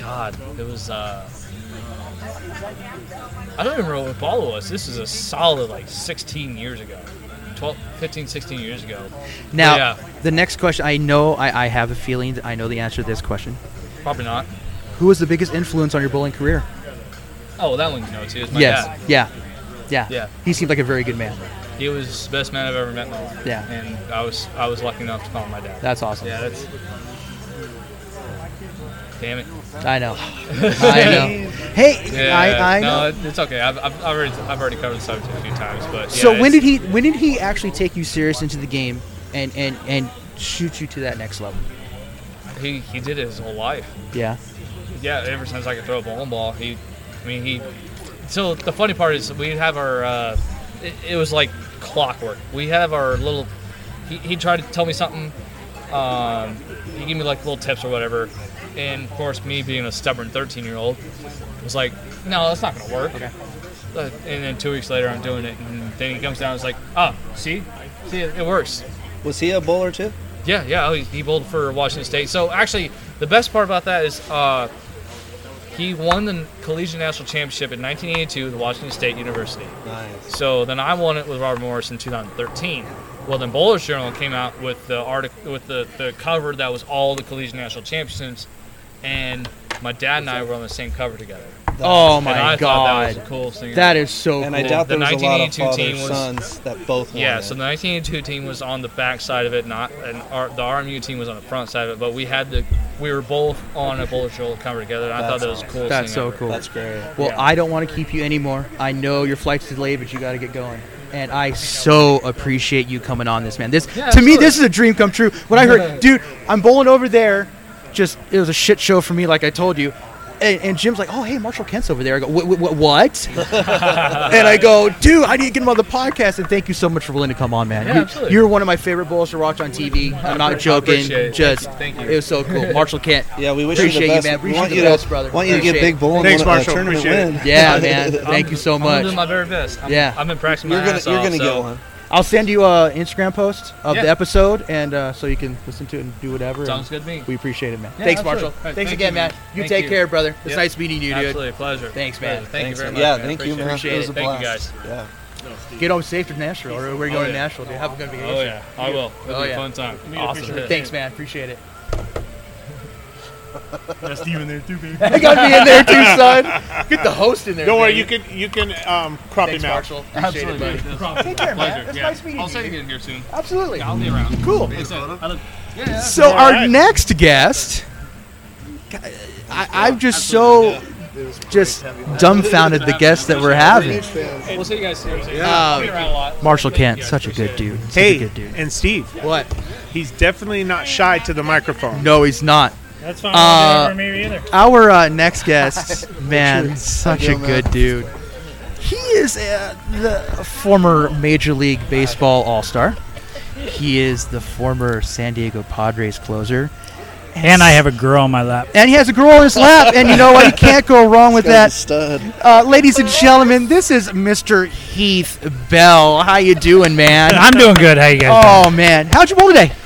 Speaker 5: God, it was. Uh, I don't even remember what ball it was. This is a solid like 16 years ago, 12, 15, 16 years ago.
Speaker 1: Now,
Speaker 5: Yeah.
Speaker 1: the next question, I know, I, I have a feeling that I know the answer to this question.
Speaker 5: Probably not.
Speaker 1: Who was the biggest influence on your bowling career?
Speaker 5: Oh, that one you know too. It's my
Speaker 1: yes.
Speaker 5: dad.
Speaker 1: Yeah. Yeah.
Speaker 5: Yeah.
Speaker 1: He seemed like a very good man.
Speaker 5: He was the best man I've ever met in my life.
Speaker 1: Yeah.
Speaker 5: And I was I was lucky enough to call him my dad.
Speaker 6: That's awesome.
Speaker 5: yeah, that's. Damn it.
Speaker 6: I
Speaker 5: *laughs*
Speaker 6: know. I know.
Speaker 1: Hey,
Speaker 5: Yeah,
Speaker 1: I, I
Speaker 5: no,
Speaker 1: know.
Speaker 5: it- it's okay. I've, I've already I've already covered the subject a few times, but
Speaker 1: So
Speaker 5: yeah,
Speaker 1: when
Speaker 5: it's-
Speaker 1: did he when did he actually take you serious into the game and and and shoot you to that next level?
Speaker 5: he he did it his whole life?
Speaker 6: Yeah.
Speaker 5: Yeah, ever since I could throw a bowling ball, he, I mean, he. So the funny part is we'd have our, uh, it, it was like clockwork. We have our little. He, he tried to tell me something. Um, he gave me like little tips or whatever, and of course, me being a stubborn 13 year old was like, no, that's not gonna work. Uh, And then two weeks later, I'm doing it, and then he comes down and is like, oh, see, see, it, it works.
Speaker 8: Was he a bowler too?
Speaker 5: Yeah, yeah, oh, he, he bowled for Washington State. So actually, the best part about that is uh, he won the collegiate national championship in 1982 with Washington State University.
Speaker 8: Nice.
Speaker 5: So then I won it with Robert Morris in 2013. Well, then Bowler's Journal came out with the article with the, the cover that was all the collegiate national championships, and my dad and I were on the same cover together.
Speaker 1: Oh my
Speaker 5: and I thought that
Speaker 1: god,
Speaker 5: was the coolest thing.
Speaker 1: that is so.
Speaker 8: And I
Speaker 1: cool.
Speaker 8: doubt
Speaker 5: The
Speaker 8: there was a lot of
Speaker 5: 1982
Speaker 8: father
Speaker 5: team was-
Speaker 8: sons that both won.
Speaker 5: Yeah,
Speaker 8: it.
Speaker 5: so the 1982 team was on the back side of it, not and our, the RMU team was on the front side of it. But we had the we were both on a bullet show cover together. And I thought
Speaker 8: That's
Speaker 5: that was the
Speaker 8: awesome.
Speaker 5: coolest
Speaker 1: That's
Speaker 5: thing
Speaker 1: so
Speaker 5: ever.
Speaker 1: cool.
Speaker 8: that's great.
Speaker 1: Well,
Speaker 5: Yeah.
Speaker 1: I don't want to keep you anymore. I know your flight's delayed, but you got to get going. And I so appreciate you coming on this, man. This
Speaker 5: Yeah,
Speaker 1: to me,
Speaker 5: absolutely.
Speaker 1: this is a dream come true. When I heard, dude, I'm bowling over there, just it was a shit show for me, like I told you. And, and Jim's like, oh hey, Marshall Kent's over there. I go, "Wh- wh- wh-
Speaker 5: *laughs*
Speaker 1: what? and I go, dude, I need to get him on the podcast. And thank you so much for willing to come on, man.
Speaker 5: Yeah,
Speaker 1: You-
Speaker 5: absolutely.
Speaker 1: You're one of my favorite bowlers to watch on TV. I'm not joking.
Speaker 5: appreciate it.
Speaker 1: Just,
Speaker 5: Thank you.
Speaker 1: it was so cool, Marshall Kent.
Speaker 8: Yeah, we wish
Speaker 1: Appreciate
Speaker 8: you
Speaker 1: you,
Speaker 8: the best.
Speaker 1: man.
Speaker 8: We
Speaker 1: Appreciate
Speaker 8: want
Speaker 1: the
Speaker 8: you to,
Speaker 1: best, brother.
Speaker 8: Want you to
Speaker 1: Appreciate
Speaker 8: get
Speaker 1: it.
Speaker 8: big bowl and
Speaker 2: Thanks,
Speaker 8: won a- a
Speaker 2: Marshall.
Speaker 8: tournament
Speaker 2: Appreciate it.
Speaker 8: win.
Speaker 5: *laughs*
Speaker 1: Yeah, man. Thank you so
Speaker 5: I'm
Speaker 1: much.
Speaker 5: doing my very best. I'm,
Speaker 1: Yeah.
Speaker 5: I've been practicing my
Speaker 8: You're gonna
Speaker 5: ass
Speaker 8: you're
Speaker 5: off,
Speaker 8: gonna
Speaker 5: so-
Speaker 8: get one.
Speaker 1: I'll send you a Instagram post of the
Speaker 5: Yeah.
Speaker 1: episode, and uh, so you can listen to it and do whatever.
Speaker 5: Sounds
Speaker 1: and
Speaker 5: good to me.
Speaker 1: We appreciate it, man.
Speaker 5: Yeah,
Speaker 1: Thanks,
Speaker 5: absolutely.
Speaker 1: Marshall.
Speaker 5: All right,
Speaker 1: Thanks
Speaker 5: thank
Speaker 1: again,
Speaker 5: you,
Speaker 1: man.
Speaker 5: man.
Speaker 1: You
Speaker 5: Thank
Speaker 1: take
Speaker 5: you.
Speaker 1: care, brother. It's
Speaker 5: Yep.
Speaker 1: nice meeting you, dude.
Speaker 5: Absolutely a pleasure.
Speaker 1: Thanks, man.
Speaker 5: Pleasure. Thank you very much.
Speaker 8: Yeah,
Speaker 5: man.
Speaker 8: thank you,
Speaker 5: Appreciate
Speaker 8: man.
Speaker 5: it.
Speaker 8: It was a
Speaker 5: Thank you
Speaker 8: blast.
Speaker 5: guys.
Speaker 8: Yeah.
Speaker 1: Get home safe to Nashville, or we're going
Speaker 5: Oh,
Speaker 1: to
Speaker 5: yeah.
Speaker 1: Nashville, dude. Have a good vacation.
Speaker 5: Oh yeah, I will. It'll
Speaker 1: Oh,
Speaker 5: be
Speaker 1: yeah.
Speaker 5: a fun time.
Speaker 2: Awesome.
Speaker 5: Yeah.
Speaker 1: Thanks, man. Appreciate it.
Speaker 2: That's Steven there too, baby.
Speaker 1: I *laughs* got me in there
Speaker 2: *laughs*
Speaker 1: too, son. Get the host in there.
Speaker 2: Don't worry,
Speaker 1: man.
Speaker 2: you can you can um, crop
Speaker 1: Thanks,
Speaker 2: him out.
Speaker 1: Marshall. Appreciate it, buddy. Take care, man. It's nice meeting
Speaker 5: I'll see
Speaker 1: you.
Speaker 5: you
Speaker 1: dude.
Speaker 5: again here soon.
Speaker 1: Absolutely.
Speaker 5: I'll be around.
Speaker 1: Cool.
Speaker 5: Like I said, I look- Yeah, yeah.
Speaker 1: So our
Speaker 2: right.
Speaker 1: next guest, I, I'm just so just dumbfounded the guests that we're having.
Speaker 5: Hey, we'll see you guys soon.
Speaker 1: Yeah.
Speaker 5: We'll be around a lot.
Speaker 1: Marshall Kent,
Speaker 5: Yeah,
Speaker 1: such a
Speaker 5: appreciate
Speaker 1: good
Speaker 5: it.
Speaker 1: dude. Such a
Speaker 2: Hey,
Speaker 1: good dude.
Speaker 2: and Steve,
Speaker 1: What?
Speaker 2: he's definitely not shy to the
Speaker 1: *laughs*
Speaker 2: microphone.
Speaker 1: No, he's not.
Speaker 9: That's fine.
Speaker 1: Uh,
Speaker 9: I don't do it for me either.
Speaker 1: Our uh, next *laughs* guest, man, such a good dude. He is uh, the former Major League Baseball All Star. He is the former San Diego Padres closer,
Speaker 9: And I have a girl on my lap.
Speaker 1: and he has a girl on his lap. And you know what? You can't go wrong with
Speaker 8: That
Speaker 1: that.
Speaker 8: stud.
Speaker 1: Uh, ladies and gentlemen, this is Mr. Heath Bell. How you doing, man?
Speaker 9: I'm doing good. How you guys?
Speaker 1: Oh man, how'd you bowl today?
Speaker 9: doing?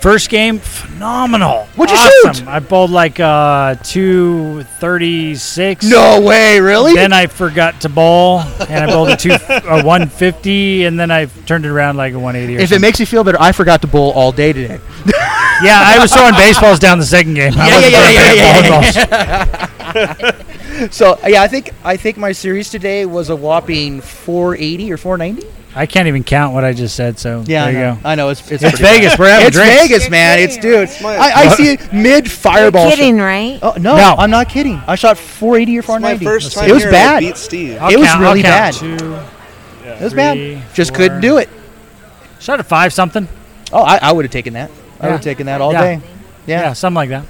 Speaker 9: First game, phenomenal.
Speaker 1: What'd you
Speaker 9: awesome.
Speaker 1: shoot?
Speaker 9: I bowled like uh, two thirty-six.
Speaker 1: No way, really?
Speaker 9: Then I forgot to bowl, and I bowled a two *laughs* a one fifty, and then I turned it around like a one eighty.
Speaker 1: If it makes you feel better, I forgot to bowl all day today.
Speaker 9: *laughs* yeah, I was throwing baseballs down the second game.
Speaker 1: *laughs*
Speaker 9: I
Speaker 1: Yeah,
Speaker 9: wasn't
Speaker 1: yeah, yeah,
Speaker 9: throwing
Speaker 1: yeah, yeah, yeah,
Speaker 9: baseballs.
Speaker 1: So yeah, I think I think my series today was a whopping 480 or 490.
Speaker 9: I can't even count what I just said. So
Speaker 1: Yeah,
Speaker 9: there you
Speaker 1: I know.
Speaker 9: go.
Speaker 1: I know it's it's,
Speaker 9: It's
Speaker 1: pretty bad.
Speaker 9: Vegas. We're having
Speaker 1: It's
Speaker 9: drinks.
Speaker 1: Vegas, man. It's dude.
Speaker 8: my-
Speaker 1: I, I see it mid fireball. shot.
Speaker 3: right?
Speaker 1: Oh no,
Speaker 9: No.
Speaker 1: I'm not kidding. I shot 480 or
Speaker 8: It's my
Speaker 1: 490.
Speaker 8: first time
Speaker 1: it was
Speaker 8: here, I
Speaker 1: bad.
Speaker 8: beat Steve.
Speaker 9: I'll
Speaker 1: It was
Speaker 9: count-
Speaker 1: really
Speaker 9: I'll count
Speaker 1: bad.
Speaker 9: Two,
Speaker 1: it was bad.
Speaker 9: three,
Speaker 1: Just
Speaker 9: four.
Speaker 1: could couldn't do it.
Speaker 9: Shot at five something.
Speaker 1: Oh, I, I would have taken that. I would
Speaker 9: Yeah.
Speaker 1: have taken that all
Speaker 9: Yeah.
Speaker 1: day.
Speaker 9: yeah, something like that.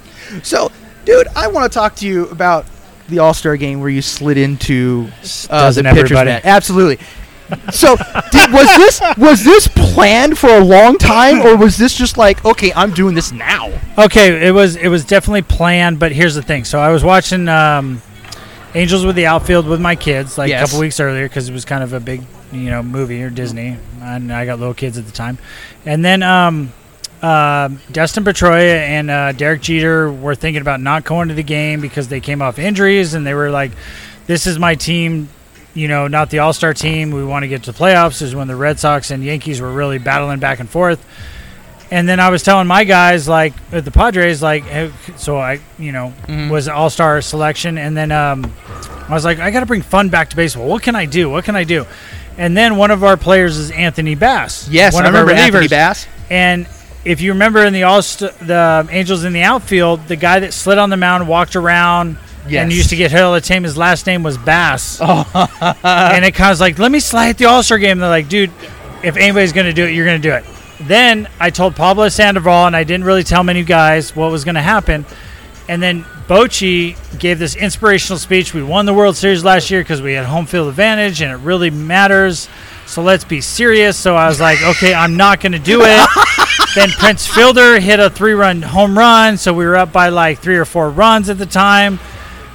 Speaker 1: So, dude, I want to talk to you about the All Star game where you slid into uh, the
Speaker 9: doesn't
Speaker 1: pitcher's
Speaker 9: everybody?
Speaker 1: Net. Absolutely. So, *laughs* did, was this was this planned for a long time, or was this just like, okay, I'm doing this now?
Speaker 9: Okay, it was it was definitely planned, but here's the thing. So I was watching um, Angels with the Outfield with my kids like
Speaker 1: Yes.
Speaker 9: a couple weeks earlier because it was kind of a big you know movie or Disney, and I got little kids at the time. And then um, uh, Dustin Petroya and uh, Derek Jeter were thinking about not going to the game because they came off injuries, and they were like, "This is my team." You know, not the All Star team. We want to get to the playoffs. This Is when the Red Sox and Yankees were really battling back and forth. And then I was telling my guys, like at the Padres, like hey, so I, you know,
Speaker 1: Mm-hmm.
Speaker 9: was All Star selection, and then um, I was like, I got to bring fun back to baseball. What can I do? What can I do? And then one of our players is Anthony Bass.
Speaker 1: Yes,
Speaker 9: one
Speaker 1: I
Speaker 9: of our
Speaker 1: remember Anthony
Speaker 9: relievers.
Speaker 1: Bass.
Speaker 9: And if you remember in the All the Angels in the outfield, the guy that slid on the mound, walked around, and
Speaker 1: Yes.
Speaker 9: used to get hit all the time. His last name was Bass. and it kind of was like, let me slide at the All Star game. They're like, dude, if anybody's going to do it, you're going to do it. Then I told Pablo Sandoval, and I didn't really tell many guys what was going to happen. And then Bochy gave this inspirational speech. We won the World Series last year because we had home field advantage, and it really matters. So let's be serious. So I was like, okay, I'm not going to do it. then Prince Fielder hit a three run home run. So we were up by like three or four runs at the time.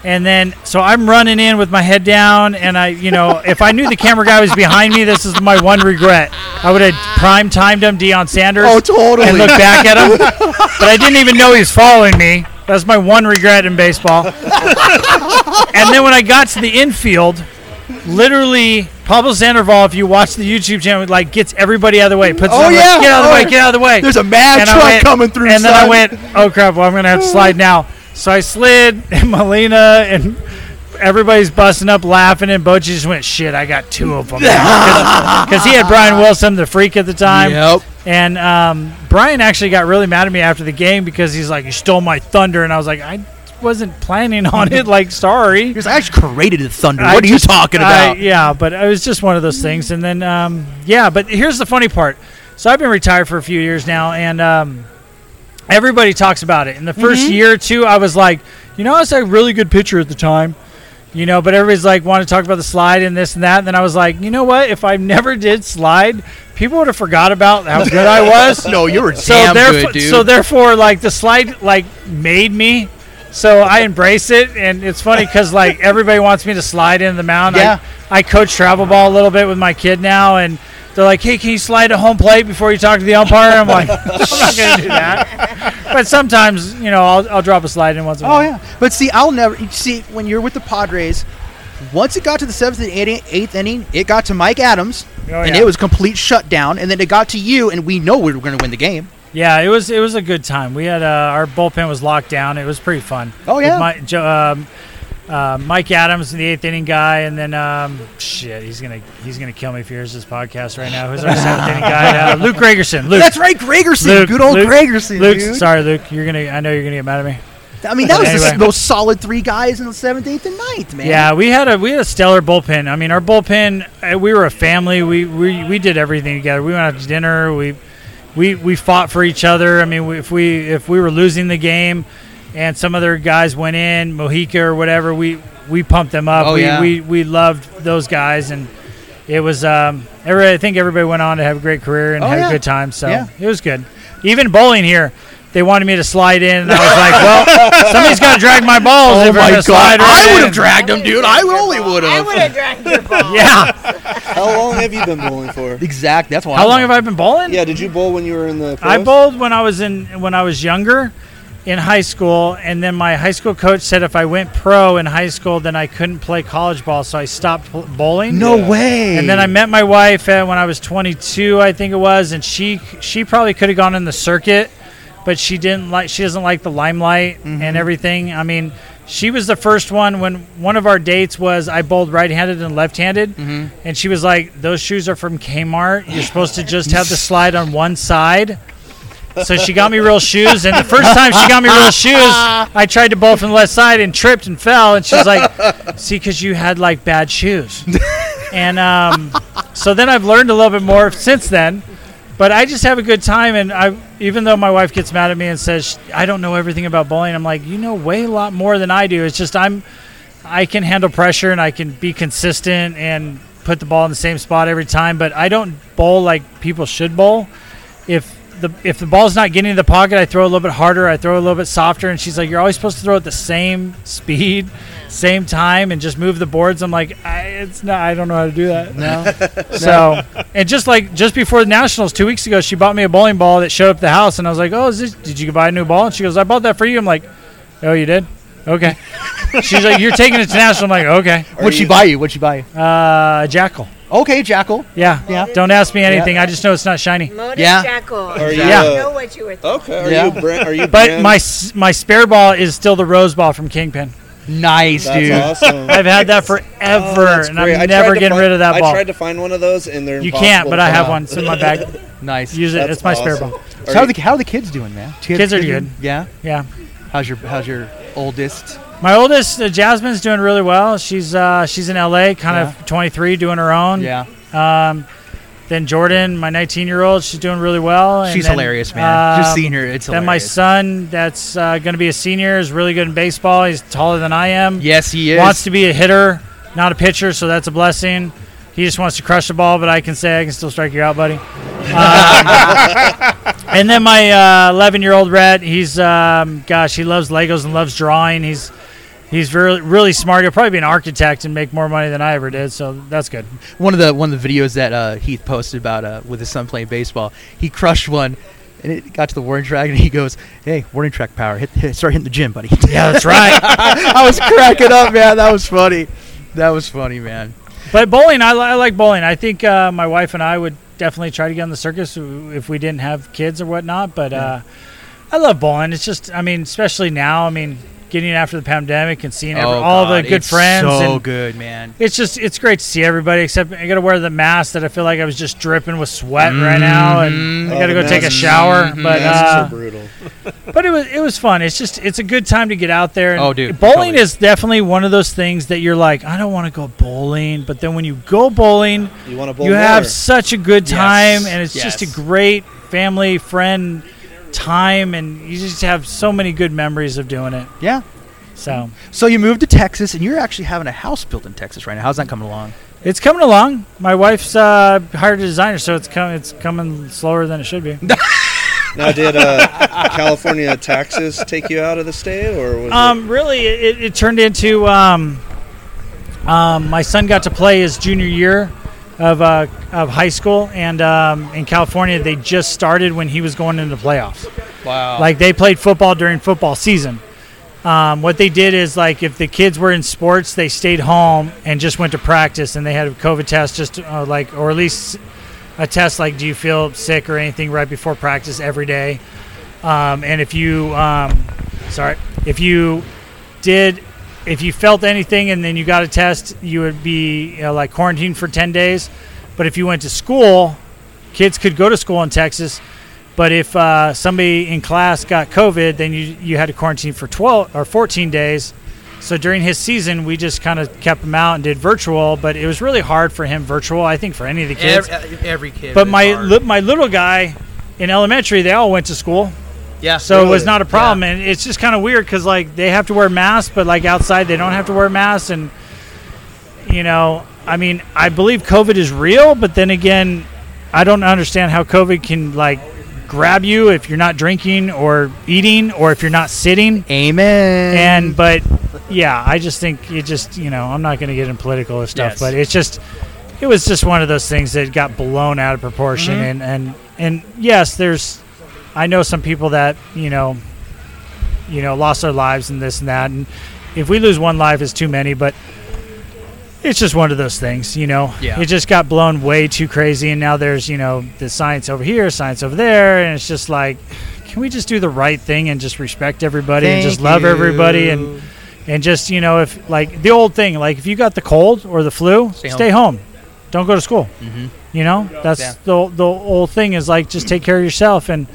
Speaker 9: And then, so I'm running in with my head down, and I, you know, *laughs* if I knew the camera guy was behind me, this is my one regret. I would have prime timed him, Deion Sanders,
Speaker 1: Oh, totally.
Speaker 9: and looked back
Speaker 1: *laughs*
Speaker 9: at him. but I didn't even know he was following me. That's my one regret in
Speaker 1: *laughs*
Speaker 9: baseball. and then when I got to the infield, literally Pablo Sandoval, if you watch the YouTube channel, like gets everybody out of the way, puts
Speaker 1: Oh,
Speaker 9: them, like,
Speaker 1: yeah.
Speaker 9: get out of the
Speaker 1: Oh,
Speaker 9: way, get out of the way.
Speaker 1: There's a mad
Speaker 9: I
Speaker 1: truck
Speaker 9: went-
Speaker 1: coming through.
Speaker 9: And
Speaker 1: son.
Speaker 9: then I went, oh crap, well, I'm going to have to slide now. So I slid, *laughs* and Melina and everybody's busting up laughing, and Bochy just went, shit, I got two
Speaker 1: *laughs*
Speaker 9: of *laughs* them. Because he had Brian Wilson, the freak at the time.
Speaker 6: Yep.
Speaker 9: And um, Brian actually got really mad at me after the game because he's like, you stole my thunder. And I was like, I wasn't planning on it. Like, sorry.
Speaker 1: He was like, I actually created the thunder.
Speaker 9: I
Speaker 1: what are you
Speaker 9: just-
Speaker 1: talking
Speaker 9: I-
Speaker 1: about?
Speaker 9: yeah, but it was just one of those things. And then, um, yeah, but here's the funny part. So I've been retired for a few years now, and um, everybody talks about it. In the 1st
Speaker 1: Mm-hmm.
Speaker 9: year or two, I was like, you know, I was a really good pitcher at the time. You know, but everybody's like want to talk about the slide and this and that. And then I was like, you know what? If I never did slide, people would have forgot about how good
Speaker 1: *laughs*
Speaker 9: I was.
Speaker 1: no, you were
Speaker 9: So
Speaker 6: Damn
Speaker 9: therefore,
Speaker 6: good, dude.
Speaker 9: so therefore, like the slide like made me. So I embrace it, and it's funny because like everybody wants me to slide into the mound.
Speaker 1: Yeah.
Speaker 9: I, I coach travel ball a little bit with my kid now, and they're like, "Hey, can you slide to home plate before you talk to the umpire?" I'm like, *laughs* "I'm not gonna do that." But sometimes, you know, I'll, I'll drop a slide in once. in a
Speaker 1: Oh
Speaker 9: while.
Speaker 1: yeah, but see, I'll never you see when you're with the Padres. Once it got to the seventh and eighth, eighth inning, it got to Mike Adams,
Speaker 9: Oh,
Speaker 1: and
Speaker 9: yeah.
Speaker 1: it was complete shutdown. And then it got to you, and we know we were going to win the game.
Speaker 9: Yeah, it was it was a good time. We had uh, our bullpen was locked down. It was pretty fun.
Speaker 1: Oh,
Speaker 9: With
Speaker 1: yeah.
Speaker 9: Mi- Jo- um, uh, Mike Adams, the eighth inning guy, and then um, shit, he's gonna he's gonna kill me if he hears this podcast right now. Who's our seventh inning guy? Uh, Luke Gregerson. Luke.
Speaker 1: That's right, Gregerson,
Speaker 9: Luke,
Speaker 1: good old
Speaker 9: Luke,
Speaker 1: Gregerson,
Speaker 9: Luke,
Speaker 1: dude.
Speaker 9: sorry, Luke. You're gonna. I know you're gonna get mad at me.
Speaker 1: I mean, that was the
Speaker 9: Anyway.
Speaker 1: those solid three guys in the seventh, eighth, and ninth, man. Oh
Speaker 9: Yeah, we had a we had a stellar bullpen. I mean, our bullpen. uh, We were a family. We we, we did everything together. We went out to dinner. We we we fought for each other. I mean, we, if we if we were losing the game, and some other guys went in, Mojica or whatever, we we pumped them up.
Speaker 6: Oh,
Speaker 9: we,
Speaker 6: yeah.
Speaker 9: we we loved those guys, and it was um. Every, I think everybody went on to have a great career and
Speaker 1: Oh,
Speaker 9: had
Speaker 1: yeah.
Speaker 9: a good time. So
Speaker 1: Yeah.
Speaker 9: it was good. Even bowling here. They wanted me to slide in, and I was like,
Speaker 1: *laughs*
Speaker 9: "Well, somebody's got to drag my balls
Speaker 1: Oh
Speaker 9: if
Speaker 1: my
Speaker 9: I'm gonna
Speaker 1: God,
Speaker 9: slide right
Speaker 1: I would
Speaker 9: in."
Speaker 1: have dragged him, dude. I only would
Speaker 3: I
Speaker 1: have.
Speaker 3: would have
Speaker 1: *laughs*
Speaker 3: dragged your ball.
Speaker 9: Yeah.
Speaker 8: How long have you been bowling for?
Speaker 1: Exact. That's why.
Speaker 9: How
Speaker 1: I'm
Speaker 9: long
Speaker 1: on.
Speaker 9: have I been bowling?
Speaker 8: Yeah, did you bowl when you were in the?
Speaker 9: I
Speaker 8: pros?
Speaker 9: bowled when I was in when I was younger, in high school, and then my high school coach said if I went pro in high school, then I couldn't play college ball, so I stopped pl- bowling.
Speaker 1: No way.
Speaker 9: And then I met my wife uh, when I was 22, I think it was, and she she probably could have gone in the circuit, but she didn't like she doesn't like the limelight and everything. I mean, she was the first one when one of our dates was I bowled right-handed and left-handed, and she was like, "Those shoes are from Kmart. You're supposed to just have the slide on one side." So she got me real shoes, and the first time she got me real shoes, I tried to bowl from the left side and tripped and fell, and she was like, "See, because you had like bad shoes." and um, so then I've learned a little bit more since then. But I just have a good time, and I even though my wife gets mad at me and says I don't know everything about bowling, I'm like, you know, way a lot more than I do. It's just I'm I can handle pressure and I can be consistent and put the ball in the same spot every time. But I don't bowl like people should bowl. If the if the ball's not getting in the pocket, I throw a little bit harder. I throw a little bit softer. And she's like, "You're always supposed to throw at the same speed, same time, and just move the boards." I'm like, I, "It's not. I don't know how to do that." No. *laughs* so and just like just before the nationals two weeks ago, she bought me a bowling ball that showed up at the house, and I was like, "Oh, is this, did you buy a new ball?" And she goes, "I bought that for you." I'm like, "Oh, you did." Okay.
Speaker 1: *laughs*
Speaker 9: She's like, you're taking it to national. I'm like, okay.
Speaker 1: What'd she buy you? What'd she buy you?
Speaker 9: Uh, jackal.
Speaker 1: Okay, Jackal.
Speaker 9: Yeah.
Speaker 1: Yeah.
Speaker 9: Don't ask me anything. I just know it's not shiny.
Speaker 3: Motor
Speaker 6: Yeah.
Speaker 3: Jackal.
Speaker 8: Are you,
Speaker 3: I
Speaker 8: uh,
Speaker 3: know what you were thinking.
Speaker 8: Okay. Are
Speaker 1: Yeah.
Speaker 8: you brand? Are you
Speaker 9: But
Speaker 8: brand?
Speaker 9: my s- my spare ball is still the rose ball from Kingpin.
Speaker 1: Nice,
Speaker 8: That's
Speaker 1: dude.
Speaker 8: awesome.
Speaker 9: I've had
Speaker 8: *laughs*
Speaker 9: that
Speaker 8: Oh,
Speaker 9: forever,
Speaker 8: that's
Speaker 9: and
Speaker 8: great. I
Speaker 9: I'm
Speaker 8: tried
Speaker 9: never
Speaker 8: to
Speaker 9: getting
Speaker 8: find-
Speaker 9: rid of that
Speaker 8: I
Speaker 9: ball.
Speaker 8: tried to find one of those, and they're
Speaker 9: You can't,
Speaker 8: impossible
Speaker 9: but
Speaker 8: to
Speaker 9: I
Speaker 8: find.
Speaker 9: have one. It's in
Speaker 8: *laughs*
Speaker 9: my bag.
Speaker 6: Nice.
Speaker 9: Use it.
Speaker 8: That's
Speaker 9: it's my spare
Speaker 8: awesome.
Speaker 9: ball.
Speaker 1: So
Speaker 8: Are
Speaker 1: how
Speaker 8: you-
Speaker 1: are the how are the kids doing, man?
Speaker 9: Kids are
Speaker 1: doing-
Speaker 9: good.
Speaker 1: Yeah.
Speaker 9: Yeah.
Speaker 1: How's your how's your oldest?
Speaker 9: My oldest, uh, Jasmine's doing really well. She's uh, she's in LA, kind of 23, doing her own.
Speaker 1: Yeah.
Speaker 9: Um, then Jordan, my 19 year old, she's doing really well. And
Speaker 1: She's
Speaker 9: then,
Speaker 1: hilarious, man. Just
Speaker 9: um,
Speaker 1: seeing her, it's
Speaker 9: Then my
Speaker 1: hilarious.
Speaker 9: son, that's uh, going to be a senior, is really good in baseball. He's taller than I am.
Speaker 1: yes, he is.
Speaker 9: Wants to be a hitter, not a pitcher, so that's a blessing. He just wants to crush the ball, but I can say I can still strike you out, buddy. Um, *laughs* and then my 11 year old rat, he's um, gosh, he loves Legos and loves drawing. He's he's really really smart. He'll probably be an architect and make more money than I ever did, so that's good.
Speaker 1: One of the one of the videos that uh, Heath posted about uh, with his son playing baseball, he crushed one, and it got to the warning track, and he goes, "Hey, warning track power, hit, hit start hitting the gym, buddy."
Speaker 9: *laughs* Yeah, that's right.
Speaker 1: *laughs* I was cracking up, man. That was funny. That was funny, man.
Speaker 9: but bowling, I, li- I like bowling. I think uh, my wife and I would definitely try to get on the circus w- if we didn't have kids or whatnot. But uh, I love bowling. It's just, I mean, especially now. I mean, getting after the pandemic and seeing every,
Speaker 1: Oh,
Speaker 9: all
Speaker 1: God,
Speaker 9: the good
Speaker 1: it's
Speaker 9: friends.
Speaker 1: So
Speaker 9: and
Speaker 1: good, man.
Speaker 9: It's just, it's great to see everybody. Except I got to wear the mask that I feel like I was just dripping with sweat right now,
Speaker 1: Mm-hmm.
Speaker 9: and I
Speaker 8: Oh,
Speaker 9: got to
Speaker 8: the
Speaker 9: go take a
Speaker 8: masks.
Speaker 9: shower. But uh,
Speaker 8: Masks are Mm-hmm. brutal.
Speaker 9: but it was it was fun. It's just it's a good time to get out there. And
Speaker 1: Oh, dude,
Speaker 9: bowling
Speaker 1: totally.
Speaker 9: is definitely one of those things that you're like, I don't want to go bowling, but then when you go bowling,
Speaker 8: You want to bowl
Speaker 9: you have
Speaker 8: more.
Speaker 9: such a good time,
Speaker 1: Yes,
Speaker 9: and it's just
Speaker 1: yes.
Speaker 9: a great family friend time, and you just have so many good memories of doing it.
Speaker 1: Yeah.
Speaker 9: So
Speaker 1: So you moved to Texas, and you're actually having a house built in Texas right now. How's that coming along?
Speaker 9: it's coming along. My wife's uh, hired a designer, so it's coming it's coming slower than it should be.
Speaker 8: *laughs* Now, did uh, California taxes take you out of the state, or was it
Speaker 9: Um, really, it, it turned into um, um, my son got to play his junior year of, uh, of high school, and um, in California, they just started when he was going into playoffs.
Speaker 6: Wow.
Speaker 9: Like they played football during football season. Um, what they did is like if the kids were in sports, they stayed home and just went to practice, and they had a COVID test, just uh, like or at least a test like do you feel sick or anything right before practice every day. Um, and if you, um, sorry, if you did, if you felt anything and then you got a test, you would be you know, like quarantined for ten days. But if you went to school, kids could go to school in Texas. But if uh, somebody in class got COVID, then you you had to quarantine for twelve or fourteen days. So during his season, we just kind of kept him out and did virtual. But it was really hard for him virtual. I think for any of the kids.
Speaker 6: Every, uh, every kid.
Speaker 9: but
Speaker 6: is
Speaker 9: my
Speaker 6: hard.
Speaker 9: li- my little guy in elementary, they all went to school.
Speaker 6: yeah.
Speaker 9: So it was
Speaker 8: Really?
Speaker 9: not a problem, and it's just kind of weird because like they have to wear masks, but like outside they don't have to wear masks, and you know, I mean, I believe COVID is real, but then again, I don't understand how COVID can like grab you if you're not drinking or eating or if you're not sitting.
Speaker 1: Amen.
Speaker 9: And but yeah, I just think it just you know I'm not going to get in political and stuff,
Speaker 6: Yes.
Speaker 9: but it's just it was just one of those things that got blown out of proportion,
Speaker 6: Mm-hmm.
Speaker 9: and and and yes, there's I know some people that you know you know lost their lives and this and that, and if we lose one life, it's too many, but. It's just one of those things, you know.
Speaker 6: Yeah.
Speaker 9: It just got blown way too crazy, and now there's, you know, the science over here, science over there, and it's just like, can we just do the right thing and just respect everybody and just
Speaker 1: Thank
Speaker 9: love everybody
Speaker 1: you.
Speaker 9: and and just you know if like the old thing like if you got the cold or the flu stay,
Speaker 1: home.
Speaker 9: home. don't go to school you know that's
Speaker 1: Yeah.
Speaker 9: the, the old thing is like just take care of yourself and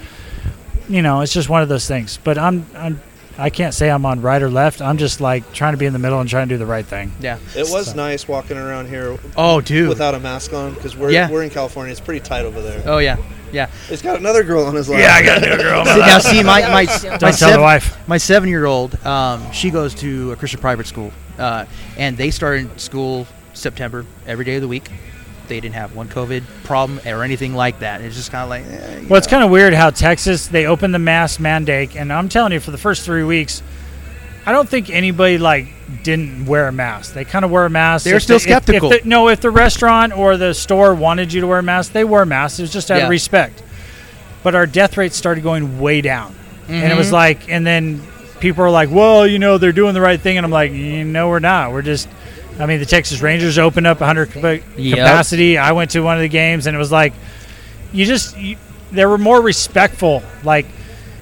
Speaker 9: you know it's just one of those things but i'm i'm i can't say i'm on right or left i'm just like trying to be in the middle and trying to do the right thing
Speaker 1: yeah.
Speaker 8: It was nice walking around here
Speaker 1: Oh, dude.
Speaker 8: without a mask on because we're
Speaker 1: Yeah.
Speaker 8: we're in California. It's pretty tight over there.
Speaker 1: oh yeah. Yeah.
Speaker 8: It's got another girl on his lap.
Speaker 9: got a new girl
Speaker 1: See, *laughs* now, see, my my my,
Speaker 9: don't tell the wife
Speaker 1: my seven-year-old, um, she goes to a Christian private school, uh, and they started school September every day of the week. They didn't have one COVID problem or anything like that. It's just kind of like, eh, you
Speaker 9: Well, it's
Speaker 1: know.
Speaker 9: kind of weird how Texas they opened the mask mandate, and I'm telling you, for the first three weeks, I don't think anybody like didn't wear a mask. They kind of wore a mask.
Speaker 1: They were
Speaker 9: If
Speaker 1: still
Speaker 9: the- if- if
Speaker 1: skeptical.
Speaker 9: the- no, if the restaurant or the store wanted you to wear a mask, they wore a mask. It was just out
Speaker 1: Yeah.
Speaker 9: of respect. But our death rate started going way down, and it
Speaker 1: Mm-hmm.
Speaker 9: was like, and then people are like, "Well, you know, they're doing the right thing," and I'm like, "You know, we're not. We're just." I mean, the Texas Rangers opened up 100 capa-
Speaker 1: Yep.
Speaker 9: capacity. I went to one of the games, and it was like, you just you, they were more respectful. Like,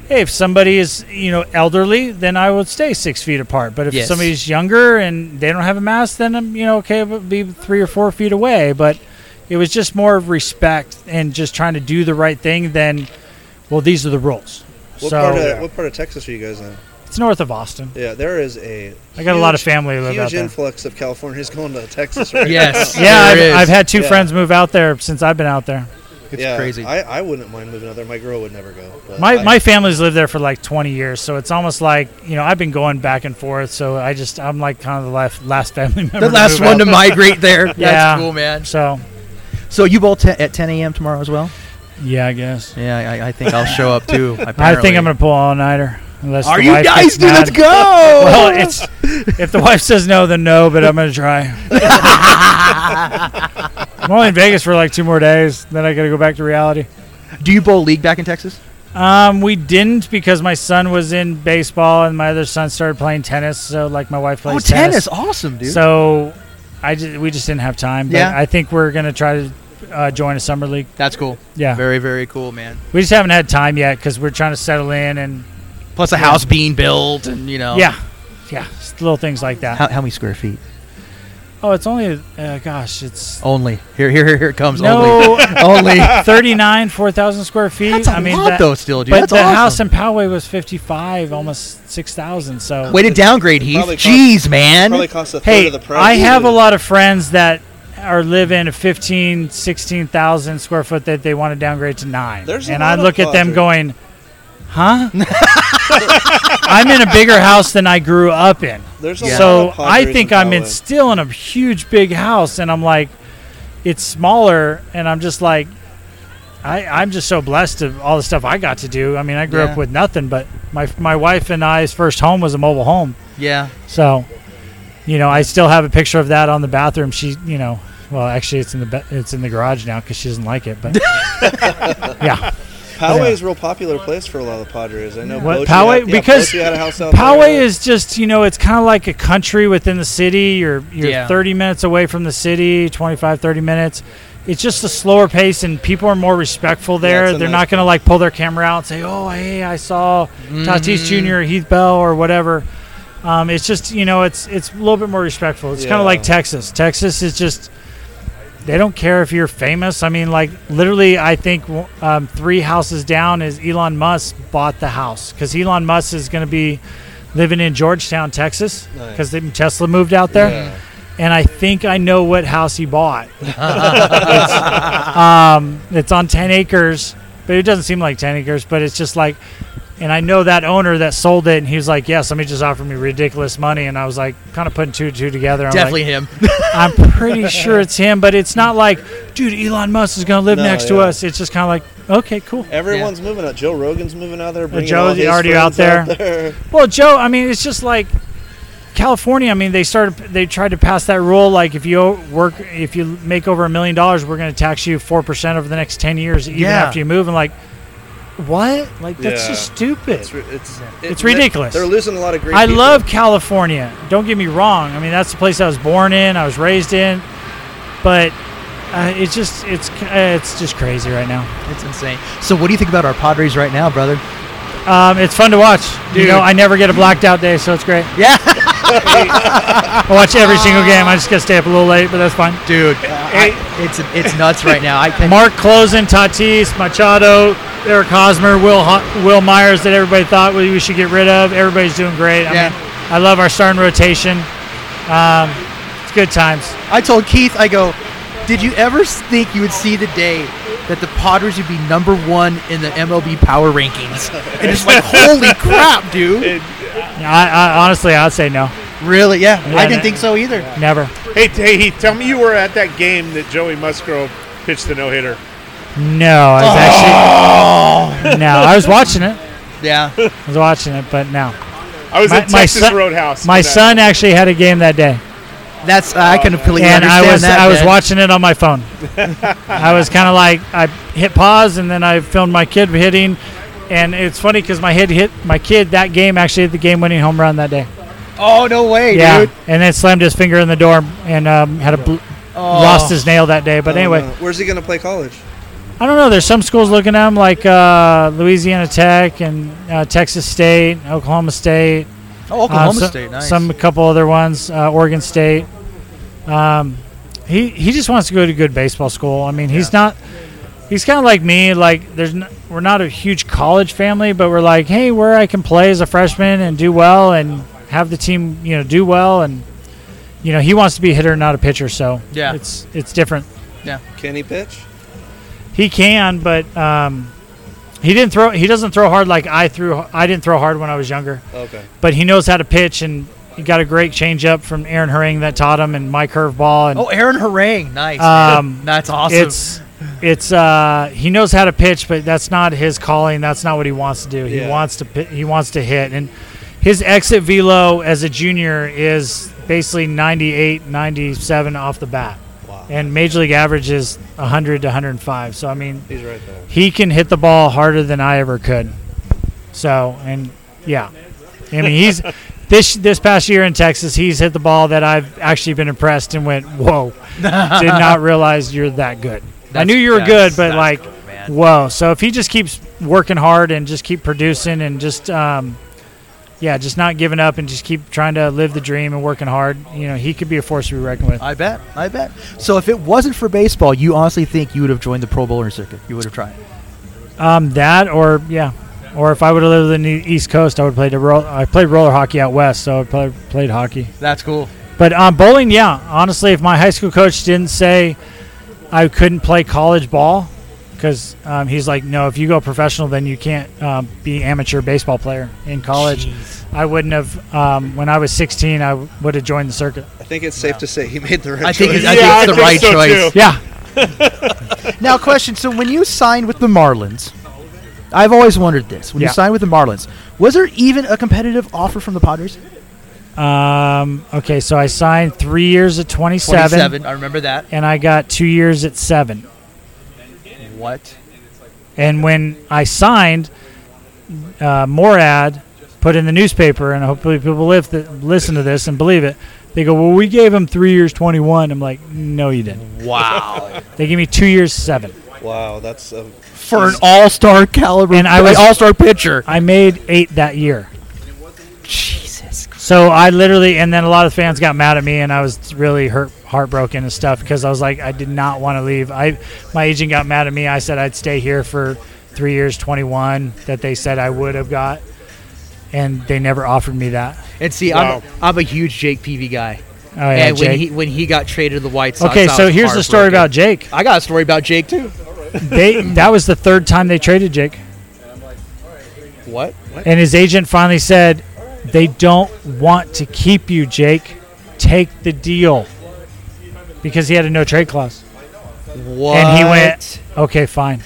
Speaker 9: hey, if somebody is you know elderly, then I would stay six feet apart. But if
Speaker 1: Yes.
Speaker 9: somebody's younger and they don't have a mask, then I'm you know okay, but be three or four feet away. But it was just more of respect and just trying to do the right thing than, well, these are the rules.
Speaker 8: What
Speaker 9: so
Speaker 8: part of what part of Texas are you guys in?
Speaker 9: it's north of Austin.
Speaker 8: Yeah, there is a.
Speaker 9: I got a lot of
Speaker 8: huge-
Speaker 9: family who live out
Speaker 8: Huge
Speaker 9: there.
Speaker 8: influx of
Speaker 9: *laughs*
Speaker 8: Californians *laughs* going to Texas right
Speaker 1: yes,
Speaker 9: Yeah,
Speaker 1: there
Speaker 9: I've,
Speaker 1: is.
Speaker 9: I've had two
Speaker 8: Yeah.
Speaker 9: friends move out there since I've been out there.
Speaker 1: It's
Speaker 8: yeah,
Speaker 1: crazy.
Speaker 8: I, I wouldn't mind moving out there. My girl would never go. But
Speaker 9: My
Speaker 8: I-
Speaker 9: my family's lived there for like 20 years, so it's almost like you know I've been going back and forth. So I just I'm like kind of the last last family *laughs* member.
Speaker 1: the last
Speaker 9: move out.
Speaker 1: one to migrate *laughs* there.
Speaker 9: Yeah.
Speaker 6: That's cool, man.
Speaker 9: So
Speaker 1: So you both te- at 10 a.m. tomorrow as well?
Speaker 9: yeah, I guess
Speaker 1: Yeah, I, *laughs* I think I'll show up too.
Speaker 9: I think I'm gonna pull all nighter. Unless
Speaker 1: Are
Speaker 9: the
Speaker 1: you
Speaker 9: wife
Speaker 1: guys,
Speaker 9: gets
Speaker 1: dude? Let's
Speaker 9: mad.
Speaker 1: go.
Speaker 9: Well, it's if the wife says no, then no. But I'm gonna
Speaker 1: *laughs*
Speaker 9: try. I'm only in Vegas for like two more days. Then I gotta go back to reality.
Speaker 1: Do you bowl league back in Texas?
Speaker 9: Um, we didn't because my son was in baseball and my other son started playing tennis. So like my wife plays
Speaker 1: oh, tennis. Awesome, dude.
Speaker 9: So I just, we just didn't have time. But
Speaker 1: Yeah.
Speaker 9: I think we're gonna try to uh, join a summer league.
Speaker 1: That's cool.
Speaker 9: Yeah,
Speaker 1: Very, very cool, man.
Speaker 9: we just haven't had time yet because we're trying to settle in and
Speaker 1: Plus a house being built and, you know.
Speaker 9: yeah, yeah, just little things like that.
Speaker 1: Oh. How, how many square feet?
Speaker 9: Oh, it's only uh, gosh, it's
Speaker 1: Only. Here, here, here, here it comes.
Speaker 9: no
Speaker 1: Oh,
Speaker 9: *laughs*
Speaker 1: Only. Only.
Speaker 9: thirty nine four thousand square feet.
Speaker 1: That's a
Speaker 9: I mean,
Speaker 1: lot,
Speaker 9: that-
Speaker 1: though, still, dude.
Speaker 9: but
Speaker 1: That's
Speaker 9: the
Speaker 1: awesome.
Speaker 9: house in Poway was fifty five, almost six thousand. So
Speaker 1: Way to downgrade, Heath.
Speaker 8: Probably cost-
Speaker 1: Jeez, man.
Speaker 8: probably costs a third
Speaker 9: hey,
Speaker 8: of the price.
Speaker 9: I have
Speaker 8: too.
Speaker 9: a lot of friends that are live in 15, 16,000 square foot that they want to downgrade to nine.
Speaker 8: There's a
Speaker 9: and
Speaker 8: lot
Speaker 9: I
Speaker 8: of
Speaker 9: look at them
Speaker 8: closet.
Speaker 9: going, huh? I'm in a bigger house than I grew up in.
Speaker 8: There's a lot
Speaker 9: So
Speaker 8: of
Speaker 9: I
Speaker 8: Padres
Speaker 9: think I'm in
Speaker 8: Poway.
Speaker 9: still in a huge big house and I'm like, it's smaller and I'm just like, I, I'm just so blessed of all the stuff I got to do. I mean, I grew
Speaker 1: Yeah.
Speaker 9: up with nothing, but my my wife and I's first home was a mobile home.
Speaker 1: Yeah.
Speaker 9: So, you know, I still have a picture of that on the bathroom. She, you know, well, actually, it's in the ba- it's in the garage now because she doesn't like it. But yeah,
Speaker 8: Poway is a real popular place for a lot of the Padres. I know
Speaker 9: What,
Speaker 8: Bochy
Speaker 9: Poway?
Speaker 8: had- yeah,
Speaker 9: Because
Speaker 8: Bochy had a house out
Speaker 9: Poway
Speaker 8: there.
Speaker 9: is just you know, it's kind of like a country within the city. You're you're
Speaker 1: Yeah.
Speaker 9: 30 minutes away from the city, 25, 30 minutes. It's just a slower pace, and people are more respectful there.
Speaker 8: it's a
Speaker 9: They're
Speaker 8: nice-
Speaker 9: not going to like pull their camera out and say, "Oh, hey, I saw Tatis Jr. or Heath Bell or whatever." Um, it's just you know, it's it's a little bit more respectful. It's kind
Speaker 8: Yeah.
Speaker 9: of like Texas. Texas is just they don't care if you're famous. I mean, like literally, I think w- um, three houses down is Elon Musk bought the house because Elon Musk is going to be living in Georgetown, Texas,
Speaker 8: Nice.
Speaker 9: because Tesla moved out there.
Speaker 8: Yeah.
Speaker 9: And I think I know what house
Speaker 8: *laughs*
Speaker 9: he bought. it's, um, it's on ten acres, but it doesn't seem like ten acres. But it's just like, and I know that owner that sold it, and he was like, "Yeah, somebody just offered me ridiculous money," and I was like, kind of putting two and two together. I'm like,
Speaker 1: Definitely him.
Speaker 9: I'm pretty sure it's him, but it's not like, dude, Elon Musk is going to live
Speaker 8: No,
Speaker 9: next to
Speaker 8: yeah.
Speaker 9: us. It's just kind of like, okay, cool.
Speaker 8: Everyone's moving out. Joe Rogan's moving out there. Bringing
Speaker 9: Joe's
Speaker 8: all his
Speaker 9: already
Speaker 8: friends
Speaker 9: out
Speaker 8: out
Speaker 9: *laughs*
Speaker 8: there.
Speaker 9: Well, Joe, I mean, it's just like California. I mean, they started, they tried to pass that rule like if you work, if you make over a million dollars, we're going to tax you 4% over the next 10 years, even
Speaker 1: Yeah.
Speaker 9: after you move. And like, what? Like, that's
Speaker 8: Yeah.
Speaker 9: just stupid.
Speaker 8: It's, ri- it's,
Speaker 9: It's
Speaker 8: they-
Speaker 9: ridiculous.
Speaker 8: They're losing a lot of great.
Speaker 9: I
Speaker 8: people.
Speaker 9: love California. Don't get me wrong. I mean, that's the place I was born in. I was raised in, but uh, it's just it's uh, it's just crazy right now.
Speaker 1: It's insane. So what do you think about our Padres right now, brother?
Speaker 9: Um, it's fun to watch. You know, I never get a blacked out day, so it's great.
Speaker 1: Yeah.
Speaker 9: I watch every single game. I just gotta stay up a little late, but that's fine.
Speaker 1: *laughs* Dude, I- it's it's nuts right now. I can
Speaker 9: Mark Closen, Tatis, Machado, Eric Hosmer, Will Ho- Will Myers that everybody thought we, we should get rid of. Everybody's doing great. I
Speaker 1: Yeah.
Speaker 9: mean, I love our starting rotation. Um, it's good times.
Speaker 1: I told Keith, I go, did you ever think you would see the day that the Padres would be number one in the MLB power rankings? And it's
Speaker 9: *laughs*
Speaker 1: like, holy crap, dude.
Speaker 9: I, I honestly, I'd say no,
Speaker 1: Really? Yeah.
Speaker 9: Yeah,
Speaker 1: I didn't
Speaker 9: that-
Speaker 1: think so either.
Speaker 9: never.
Speaker 2: Hey, t- hey, Heath, tell me you were at that game that Joey Musgrove pitched the no hitter.
Speaker 9: No, I was actually no. I was watching it.
Speaker 1: Yeah.
Speaker 9: I was watching it, but no.
Speaker 2: *laughs* I was
Speaker 9: My-
Speaker 2: at
Speaker 9: my
Speaker 2: Texas
Speaker 9: son-
Speaker 2: Roadhouse.
Speaker 9: My
Speaker 2: for that.
Speaker 9: son actually had a game that day,
Speaker 1: That's uh, I can completely
Speaker 9: and
Speaker 1: understand
Speaker 9: I was
Speaker 1: that.
Speaker 9: I was
Speaker 1: man.
Speaker 9: watching it on
Speaker 1: *laughs*
Speaker 9: my phone. I was kind of like I hit pause, and then I filmed my kid hitting. And it's funny because my head hit my kid that game actually hit the game-winning home run that day.
Speaker 1: Oh no way,
Speaker 9: yeah,
Speaker 1: dude.
Speaker 9: and then slammed his finger in the door and um, had a bl-
Speaker 1: Oh.
Speaker 9: lost his nail that day. But
Speaker 8: I don't
Speaker 9: anyway,
Speaker 8: know. where's he going to play college?
Speaker 9: I don't know. There's some schools looking at him, like uh, Louisiana Tech and uh, Texas State, Oklahoma State,
Speaker 1: Oh,
Speaker 9: uh,
Speaker 1: Oklahoma
Speaker 9: so-
Speaker 1: State, nice.
Speaker 9: some a couple other ones, uh, Oregon State. Um, he he just wants to go to good baseball school. I mean, he's not. He's kind of like me. Like, there's n we're not a huge college family, but we're like, hey, where I can play as a freshman and do well and have the team, you know, do well and. You know, he wants to be a hitter, not a pitcher. So
Speaker 1: Yeah.
Speaker 9: it's it's different.
Speaker 8: Can he pitch?
Speaker 9: He can, but um, he didn't throw. He doesn't throw hard like I threw. I didn't throw hard when I was younger,
Speaker 8: Okay.
Speaker 9: but he knows how to pitch, and he got a great changeup from Aaron Herring that taught him, and my curveball, and
Speaker 10: Oh, Aaron Harang. Nice.
Speaker 1: *laughs*
Speaker 9: Um,
Speaker 10: That's awesome.
Speaker 9: it's it's uh he knows how to pitch but that's not his calling that's not what he wants to do he
Speaker 8: Yeah.
Speaker 9: wants to pi- he wants to hit and his exit velo as a junior is basically 98 97 off the bat
Speaker 8: Wow.
Speaker 9: and major league average is 100 to 105 so i mean
Speaker 8: He's right there.
Speaker 9: he can hit the ball harder than i ever could so and yeah i mean he's this this past year in texas he's hit the ball that i've actually been impressed and went whoa did not realize you're that good. I
Speaker 10: That's-
Speaker 9: knew you were
Speaker 10: that's-
Speaker 9: good, but
Speaker 10: that's
Speaker 9: like,
Speaker 10: good, man.
Speaker 9: whoa. So if he just keeps working hard and just keep producing and just, um, yeah, just not giving up and just keep trying to live the dream and working hard, you know, he could be a force to be reckoned with.
Speaker 1: I bet. I bet. So if it wasn't for baseball, you honestly think you would have joined the Pro Bowler circuit? You would have tried.
Speaker 9: Um, that or yeah, or if I would have lived in the East Coast, I would play the roll. I played roller hockey out west, so I played played hockey.
Speaker 10: That's cool.
Speaker 9: But um, bowling, yeah. Honestly, if my high school coach didn't say I couldn't play college ball, because um, he's like, no, if you go professional, then you can't um, be amateur baseball player in college. I wouldn't have. Um, when I was 16, I would have joined the circuit.
Speaker 8: I think it's safe to say he made the right
Speaker 10: I think
Speaker 8: choice.
Speaker 10: he's- I
Speaker 2: Yeah,
Speaker 10: think it's the
Speaker 2: I
Speaker 10: right
Speaker 2: think so,
Speaker 10: choice.
Speaker 2: too.
Speaker 9: Yeah,
Speaker 1: Now, question. So when you signed with the Marlins, I've always wondered this. When
Speaker 9: Yeah.
Speaker 1: you signed with the Marlins, was there even a competitive offer from the Padres?
Speaker 9: Um, okay, so I signed three years at 27,
Speaker 10: 27. I remember that.
Speaker 9: and I got two years at seven.
Speaker 10: What?
Speaker 9: And when I signed, uh, Morad put in the newspaper, and hopefully people live listen to this and believe it. They go, well, we gave him three years, 21. I'm like, no, you didn't.
Speaker 10: Wow.
Speaker 9: *laughs* They gave me two years, seven.
Speaker 8: wow, that's a
Speaker 1: For an all-star caliber,
Speaker 9: And I was-
Speaker 1: all-star pitcher.
Speaker 9: I made eight that year. Jesus. So I literally, and then a lot of fans got mad at me, and I was really hurt, heartbroken and stuff because I was like, I did not want to leave. I, my agent got mad at me. I said I'd stay here for three years, 21, that they said I would have got, and they never offered me that.
Speaker 10: and see,
Speaker 2: Wow.
Speaker 10: I'm, I'm a huge Jake Peavy guy.
Speaker 9: Oh yeah,
Speaker 10: and when
Speaker 9: Jake.
Speaker 10: he when he got traded to the White Sox.
Speaker 9: okay,
Speaker 10: I
Speaker 9: so
Speaker 10: was
Speaker 9: here's the story about
Speaker 10: heartbroken.
Speaker 9: Jake.
Speaker 10: I got a story about Jake too. *laughs*
Speaker 9: They that was the third time they traded Jake,
Speaker 10: What?
Speaker 9: and his agent finally said, "They don't want to keep you, Jake. Take the deal." Because he had a no trade clause.
Speaker 10: What?
Speaker 9: And he went, okay, fine.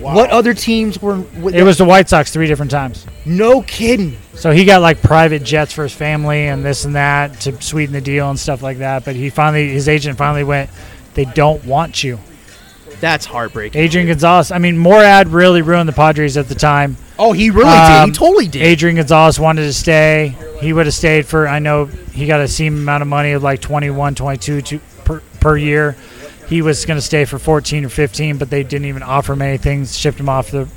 Speaker 1: What other teams were? were
Speaker 9: It was the White Sox three different times.
Speaker 1: no kidding.
Speaker 9: So he got like private jets for his family and this and that to sweeten the deal and stuff like that. But he finally, his agent finally went, they don't want you.
Speaker 10: That's heartbreaking.
Speaker 9: Adrian Gonzalez, I mean, Morad really ruined the Padres at the time.
Speaker 1: Oh, he really
Speaker 9: Um,
Speaker 1: did. He totally did.
Speaker 9: Adrian Gonzalez wanted to stay. He would have stayed for, I know he got a seam amount of money of like 21, 22 to, per, per year. He was going to stay for 14 or 15, but they didn't even offer him anything, shipped him off the,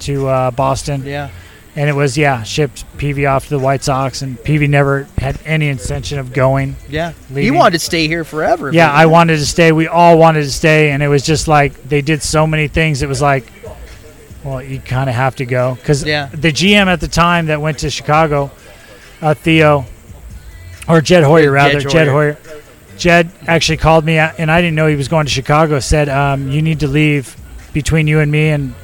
Speaker 9: to uh, Boston.
Speaker 10: Yeah.
Speaker 9: And it was, yeah, shipped PV off to the White Sox, and PV never had any intention of going.
Speaker 10: Yeah. He
Speaker 9: Leaving.
Speaker 10: wanted to stay here forever.
Speaker 9: Yeah, I wanted to stay. We all wanted to stay, and it was just like they did so many things. It was like, well, you kind of have to go because
Speaker 10: Yeah.
Speaker 9: the GM at the time that went to Chicago, uh, Theo, or Jed Hoyer rather,
Speaker 10: Jed
Speaker 9: Jed Hoyer. Jed actually called me, uh, and I didn't know he was going to Chicago. Said, um, "You need to leave between you and me." And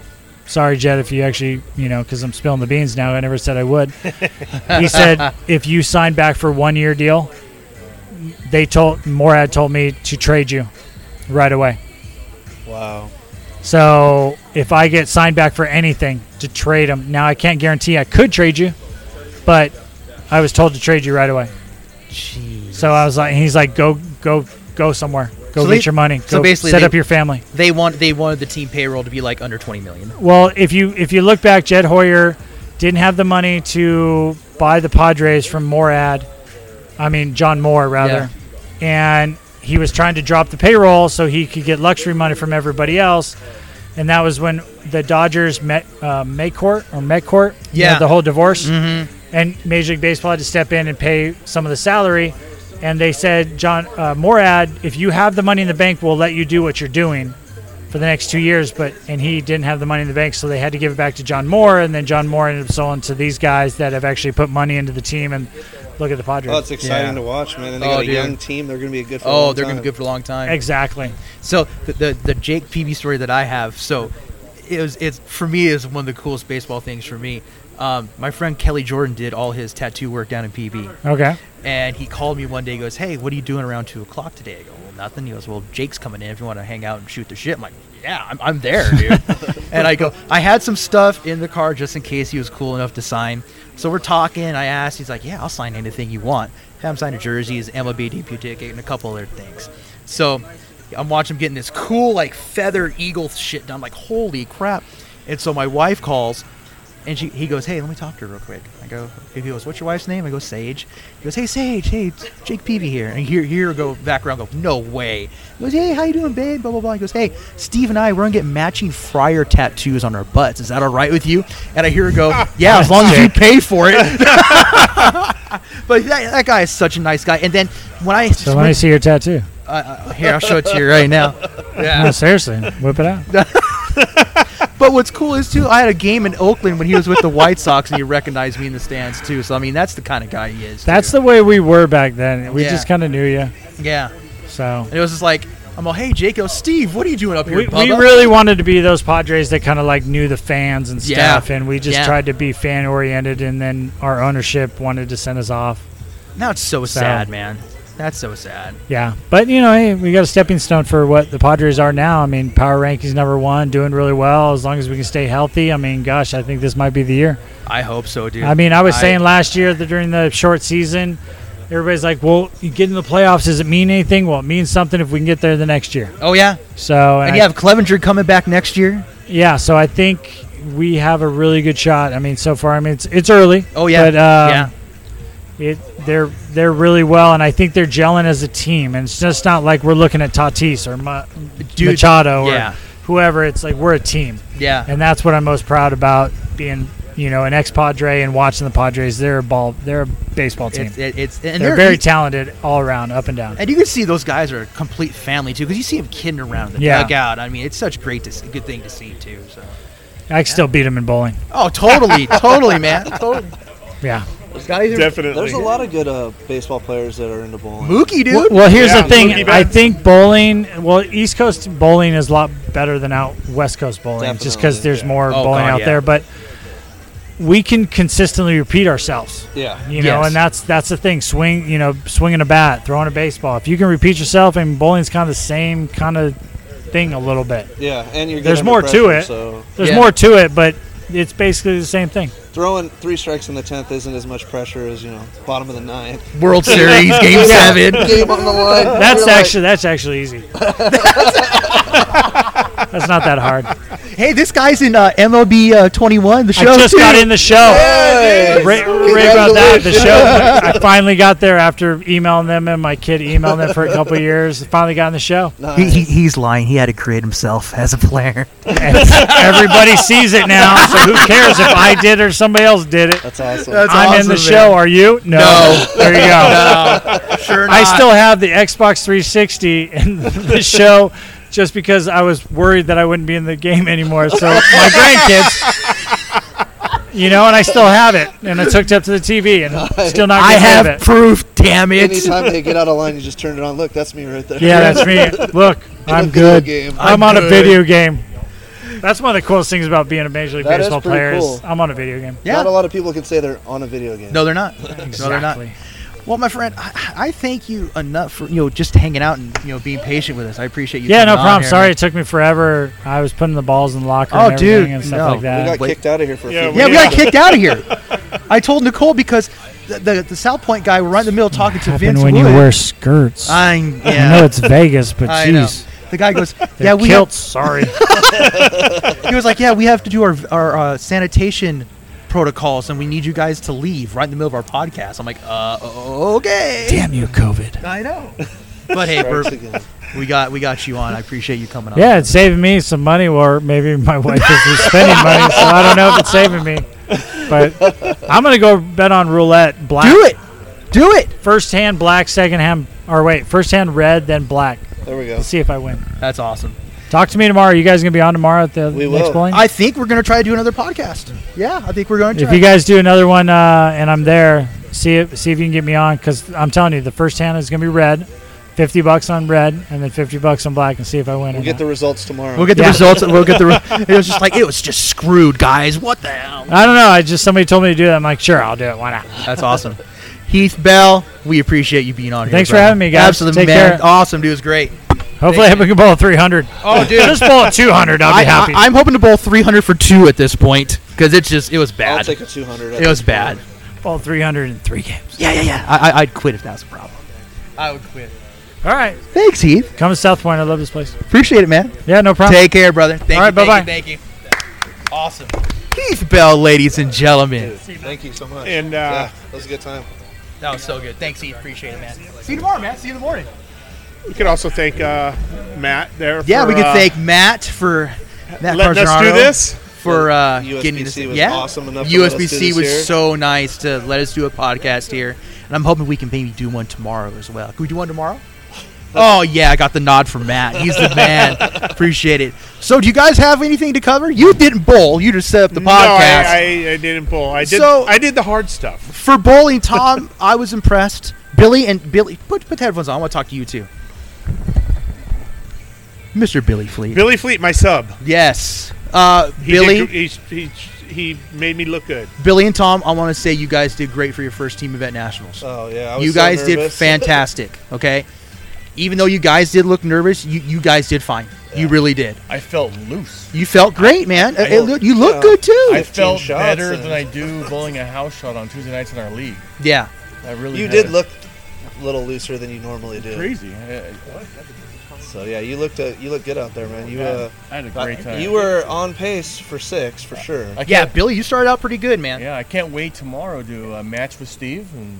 Speaker 9: sorry, Jed, if you actually, you know, because I'm spilling the beans now. I never said I would. *laughs* he said, "If you sign back for one year deal, they told Morad told me to trade you right away.
Speaker 8: wow.
Speaker 9: So if I get signed back for anything, to trade him. Now I can't guarantee I could trade you, but I was told to trade you right away.
Speaker 10: Jeez.
Speaker 9: So I was like, he's like, go, go, go somewhere. Go
Speaker 10: So
Speaker 9: get
Speaker 10: they-
Speaker 9: your money. Go
Speaker 10: so basically
Speaker 9: set
Speaker 10: they-
Speaker 9: up your family.
Speaker 10: They want they wanted the team payroll to be like under 20 million.
Speaker 9: Well, if you if you look back, Jed Hoyer didn't have the money to buy the Padres from Morad. I mean John Moore rather, and he was trying to drop the payroll so he could get luxury money from everybody else. And that was when the Dodgers met uh, Maycourt or Metcourt. you know,
Speaker 10: Yeah.
Speaker 9: the whole divorce. And Major League Baseball had to step in and pay some of the salary. And they said, John uh, Morad, if you have the money in the bank, we'll let you do what you're doing for the next two years, but and he didn't have the money in the bank, so they had to give it back to John Moore, and then John Moore ended up selling to these guys that have actually put money into the team, and look at the Padres.
Speaker 8: Oh, it's exciting to watch, man. And they
Speaker 1: Oh,
Speaker 8: got a
Speaker 1: dude.
Speaker 8: young team. They're going to be good for a
Speaker 1: oh,
Speaker 8: long
Speaker 1: they're gonna
Speaker 8: time.
Speaker 1: be good for a long time.
Speaker 9: Exactly.
Speaker 1: So the the, the Jake Peavy story that I have, so it was it's for me is one of the coolest baseball things for me. Um, my friend Kelly Jordan did all his tattoo work down in PB.
Speaker 9: Okay.
Speaker 1: And he called me one day. He goes, "Hey, what are you doing around two o'clock today?" I go, "Well, nothing." He goes, "Well, Jake's coming in. If you want to hang out and shoot the shit," I'm like, "Yeah, I'm, I'm there, dude." and I go, "I had some stuff in the car just in case he was cool enough to sign." So we're talking. I asked. He's like, "Yeah, I'll sign anything you want." Have him sign a jersey, his MLB debut ticket, and a couple other things. So I'm watching him getting this cool like feather eagle shit done. I'm like, holy crap! And so my wife calls, and she he goes, hey, let me talk to her real quick. I go, he goes, what's your wife's name? I go, Sage. He goes, hey, Sage. Hey, it's Jake Peavy here. And here here go background. Go, no way. He goes, hey, how you doing, babe? Blah blah blah. He goes, hey, Steve and I we're gonna get matching Friar tattoos on our butts. Is that all right with you? And I hear her
Speaker 9: *laughs*
Speaker 1: go, yeah, as long as you pay for it. but that, that guy is such a nice guy. And then when I
Speaker 9: So let me see your tattoo.
Speaker 1: uh, *laughs* here, I'll show it to you right now.
Speaker 9: No, seriously, whip
Speaker 1: *laughs*
Speaker 9: it out.
Speaker 1: But what's cool is too, I had a game in Oakland when he was with the White Sox, and he recognized me in the stands too. So I mean, that's the kind of guy he is.
Speaker 9: That's the way we were back then. We
Speaker 1: Yeah.
Speaker 9: just kind of knew you.
Speaker 1: Yeah,
Speaker 9: So
Speaker 1: and it was just like, I'm all, hey, Jake, oh, Steve, what are you doing up here?
Speaker 9: we, we
Speaker 1: Bubba?"
Speaker 9: really wanted to be those Padres that kind of like knew the fans and
Speaker 1: Yeah.
Speaker 9: stuff, and we just
Speaker 1: Yeah.
Speaker 9: tried to be fan oriented. And then our ownership wanted to send us off.
Speaker 1: Now it's so,
Speaker 9: So-
Speaker 1: sad, man. That's so sad.
Speaker 9: Yeah, but you know, hey, we got a stepping stone for what the Padres are now. I mean, power rankings number one, doing really well. As long as we can stay healthy, I mean, gosh, I think this might be the year.
Speaker 1: I hope so, dude.
Speaker 9: I mean, I was saying last year that during the short season, everybody's like, "Well, you get in the playoffs, does it mean anything?" Well, it means something if we can get there the next year.
Speaker 1: Oh yeah,
Speaker 9: So,
Speaker 1: and
Speaker 9: and
Speaker 1: you
Speaker 9: I-
Speaker 1: have Clevenger coming back next year.
Speaker 9: yeah, so I think we have a really good shot. I mean, so far, I mean, it's it's early.
Speaker 1: Oh, yeah.
Speaker 9: but um,
Speaker 1: Yeah.
Speaker 9: It, they're they're really well, and I think they're gelling as a team. And it's just not like we're looking at Tatis or Ma-
Speaker 1: Dude,
Speaker 9: Machado or
Speaker 1: yeah.
Speaker 9: whoever. It's like we're a team,
Speaker 1: Yeah.
Speaker 9: and that's what I'm most proud about being, you know, an ex Padre and watching the Padres. They're a ball, they're a baseball team.
Speaker 1: It's, it, it's and
Speaker 9: they're,
Speaker 1: they're, e-
Speaker 9: very talented all around, up and down.
Speaker 1: And you can see those guys are a complete family too, because you see them kidding around in the
Speaker 9: Yeah.
Speaker 1: dugout. I mean, it's such great to see, good thing to see too. So.
Speaker 9: I can still beat them in bowling.
Speaker 1: Oh, *laughs* totally, totally, man, totally.
Speaker 9: Yeah.
Speaker 8: Guys,
Speaker 2: Definitely.
Speaker 8: There's a lot of good uh, baseball players that are into bowling.
Speaker 1: Mookie, dude.
Speaker 9: Well, well, here's
Speaker 2: Yeah,
Speaker 9: the thing.
Speaker 2: Mookie
Speaker 9: I
Speaker 2: Betts.
Speaker 9: think bowling, well, East Coast bowling is a lot better than out West Coast bowling, just because
Speaker 8: Definitely,
Speaker 9: there's
Speaker 8: yeah.
Speaker 9: more
Speaker 1: Oh,
Speaker 9: bowling
Speaker 1: God,
Speaker 9: out
Speaker 1: yeah.
Speaker 9: there. But we can consistently repeat ourselves.
Speaker 8: Yeah.
Speaker 9: You know,
Speaker 1: Yes.
Speaker 9: and that's that's the thing. Swing, you know, swinging a bat, throwing a baseball. If you can repeat yourself, and bowling's kind of the same kind of thing a little bit.
Speaker 8: Yeah, and you're good
Speaker 9: There's
Speaker 8: under
Speaker 9: more to
Speaker 8: pressure,
Speaker 9: it.
Speaker 8: So
Speaker 9: There's
Speaker 1: Yeah.
Speaker 9: more to it, but it's basically the same thing.
Speaker 8: throwing three strikes in the tenth isn't as much pressure as you know bottom of the ninth.
Speaker 1: World Series *laughs* Game Seven.
Speaker 8: *laughs* Game on the line.
Speaker 9: *laughs* That's
Speaker 8: You're like,
Speaker 9: actually that's actually easy. that's not that hard.
Speaker 1: Hey, this guy's in uh, MLB uh, 21. The show
Speaker 9: I just got in the show. Ray, Ray brought that the show. I finally got there after emailing them and my kid emailed them for a couple years. Finally got in the show.
Speaker 1: He, he, he's lying. He had to create himself as a player.
Speaker 9: And everybody sees it now, so who cares if I did or somebody else did it?
Speaker 8: That's awesome.
Speaker 9: *laughs* I'm in the show. Are you? No. There you go.
Speaker 1: *laughs*
Speaker 9: *laughs*
Speaker 1: Sure
Speaker 9: I still have the Xbox 360 and the show just because I was worried that I wouldn't be in the game anymore. So my grandkids, you know, and I still have it, and it's hooked up to the TV, and I'm still not.
Speaker 1: I
Speaker 9: getting rid
Speaker 1: have
Speaker 9: of it.
Speaker 1: proof. Damn it!
Speaker 8: Anytime they get out of line, you just turn it on. Look, that's me right there. *laughs*
Speaker 9: Yeah, that's me. Look, I'm
Speaker 8: video
Speaker 9: good. Uh,
Speaker 8: game.
Speaker 9: I'm, on a
Speaker 1: good.
Speaker 9: video game. That's one of the coolest things about being a major league
Speaker 8: That is
Speaker 9: baseball
Speaker 8: pretty
Speaker 9: player.
Speaker 8: cool.
Speaker 9: Is I'm on a video game.
Speaker 8: Not
Speaker 1: Yeah.
Speaker 8: a lot of people can say they're on a video game.
Speaker 1: No, they're not. No, they're not.
Speaker 9: Exactly.
Speaker 1: Well, my friend, I, I thank you enough for you know just hanging out and you know being patient with us. I appreciate you.
Speaker 9: Yeah,
Speaker 1: coming
Speaker 9: no
Speaker 1: on
Speaker 9: problem.
Speaker 1: here,
Speaker 9: Sorry
Speaker 1: man.
Speaker 9: it took me forever. I was putting the balls in the locker
Speaker 1: Oh,
Speaker 9: and everything
Speaker 1: dude,
Speaker 9: and stuff
Speaker 1: no.
Speaker 9: like
Speaker 8: We
Speaker 9: that.
Speaker 8: got
Speaker 1: Wait.
Speaker 8: kicked out of here for
Speaker 2: Yeah,
Speaker 8: a few
Speaker 2: we
Speaker 1: Yeah, we
Speaker 8: minutes.
Speaker 1: got kicked out of here. I told Nicole because the the, the South Point guy, we're right in the middle talking to Vince
Speaker 9: when
Speaker 1: Wood.
Speaker 9: you wear skirts. I,
Speaker 1: I yeah.
Speaker 9: know it's Vegas, but
Speaker 1: I know.
Speaker 9: jeez.
Speaker 1: The guy goes,
Speaker 9: They're
Speaker 1: yeah, we have, *laughs*
Speaker 9: kilts. sorry.
Speaker 1: he was like, yeah, we have to do our our uh, sanitation protocols, and we need you guys to leave right in the middle of our podcast. I'm like, uh, okay.
Speaker 9: Damn you, COVID.
Speaker 1: I know. But *laughs* hey, we're,
Speaker 8: Strikes again.
Speaker 1: we got we got you on. I appreciate you coming on.
Speaker 9: Yeah, it's saving me some money, or maybe my wife is spending money, so I don't know if it's saving me. But I'm gonna go bet on roulette black.
Speaker 1: do it, do it.
Speaker 9: First hand black, second hand, or wait, first hand red, then black.
Speaker 8: There we go.
Speaker 9: Let's see if I win.
Speaker 1: That's awesome.
Speaker 9: Talk to me tomorrow. You guys gonna be on tomorrow at the
Speaker 8: We
Speaker 9: next
Speaker 8: will.
Speaker 9: bowling?
Speaker 1: I think we're gonna try to do another podcast. Yeah, I think we're gonna try.
Speaker 9: if you guys do another one uh, and I'm there, see if see if you can get me on because I'm telling you, the first hand is gonna be red. Fifty bucks on red, and then fifty bucks on black, and see if I win.
Speaker 8: We'll
Speaker 9: or
Speaker 8: get
Speaker 9: not.
Speaker 8: the results tomorrow.
Speaker 1: We'll get the results. and We'll get *laughs* the. Re- it was just like it was just screwed, guys. What the hell?
Speaker 9: I don't know. I just somebody told me to do that. I'm like, sure, I'll do it. Why not?
Speaker 1: That's awesome. Heath Bell, we appreciate you being on here.
Speaker 9: Thanks for
Speaker 1: brother.
Speaker 9: having me, guys.
Speaker 1: Absolutely,
Speaker 9: Take
Speaker 1: man.
Speaker 9: care.
Speaker 1: Awesome, dude. It was great.
Speaker 9: Hopefully, I can bowl 300.
Speaker 1: Oh, dude.
Speaker 9: *laughs* just bowl 200. I'll be
Speaker 1: I-
Speaker 9: happy.
Speaker 1: I, am hoping to bowl 300 for two at this point because it's just it was bad.
Speaker 8: I'll take a 200.
Speaker 1: it was bad.
Speaker 9: bowl 300 in three games.
Speaker 1: Yeah, yeah, yeah. I, I- I'd quit if that was a problem.
Speaker 9: I would quit. All right,
Speaker 1: Thanks, Heath.
Speaker 9: come to South Point. I love this place.
Speaker 1: Appreciate it, man.
Speaker 9: Yeah, no problem.
Speaker 1: Take care, brother. Thank
Speaker 9: All right,
Speaker 1: you. Bye,
Speaker 9: bye-bye.
Speaker 1: bye. Thank you. Awesome. Heath Bell, ladies and gentlemen.
Speaker 8: Thank you so much.
Speaker 4: And, uh,
Speaker 8: yeah, that was a good time.
Speaker 1: That was so good. Thanks, Heath. Appreciate it, man.
Speaker 4: See you tomorrow, man. See you in the morning. We could also thank uh, Matt there.
Speaker 1: Yeah,
Speaker 4: for,
Speaker 1: we could
Speaker 4: uh,
Speaker 1: thank Matt for Matt
Speaker 4: letting us do
Speaker 1: Carceraro
Speaker 4: this.
Speaker 1: for uh,
Speaker 8: USBC
Speaker 1: getting this.
Speaker 8: was
Speaker 1: yeah,
Speaker 8: awesome enough to let us do
Speaker 1: USBC
Speaker 8: this
Speaker 1: was
Speaker 8: here.
Speaker 1: so nice to let us do a podcast here, and I'm hoping we can maybe do one tomorrow as well. Can we do one tomorrow? oh yeah, I got the nod from Matt. He's the
Speaker 8: *laughs*
Speaker 1: man. Appreciate it. So, do you guys have anything to cover? You didn't bowl. You just set up the podcast.
Speaker 4: No, I, I, I didn't pull. I did.
Speaker 1: So-
Speaker 4: I did the hard stuff.
Speaker 1: for bowling, Tom, I was impressed. Billy and Billy, put put the headphones on. I want to talk to you too, Mr. Billy Fleet.
Speaker 4: Billy Fleet, my sub.
Speaker 1: yes, uh,
Speaker 4: He
Speaker 1: Billy.
Speaker 4: did gr- he, he, he made me look good.
Speaker 1: Billy and Tom, I want to say you guys did great for your first team event nationals.
Speaker 8: Oh yeah, I was
Speaker 1: you
Speaker 8: so
Speaker 1: guys did
Speaker 8: nervous. *laughs*
Speaker 1: fantastic. Okay, even though you guys did look nervous, you, you guys did fine. You really did.
Speaker 11: I felt loose.
Speaker 1: You felt great, man. Uh, it loo- you look
Speaker 8: Yeah.
Speaker 1: good too.
Speaker 11: I felt
Speaker 8: shots
Speaker 11: better
Speaker 8: and-
Speaker 11: than I do bowling a house shot on Tuesday nights in our league.
Speaker 1: yeah,
Speaker 11: I really
Speaker 8: you
Speaker 11: had
Speaker 8: did
Speaker 11: it.
Speaker 8: look a little looser than you normally do.
Speaker 11: crazy. I, I-
Speaker 8: So yeah, you looked uh, you looked good out there, man. You uh,
Speaker 11: I had a great time.
Speaker 8: you were on pace for six for sure.
Speaker 11: I can't-
Speaker 1: yeah, Billy, you started out pretty good, man.
Speaker 11: Yeah, I can't wait tomorrow to uh, match with Steve and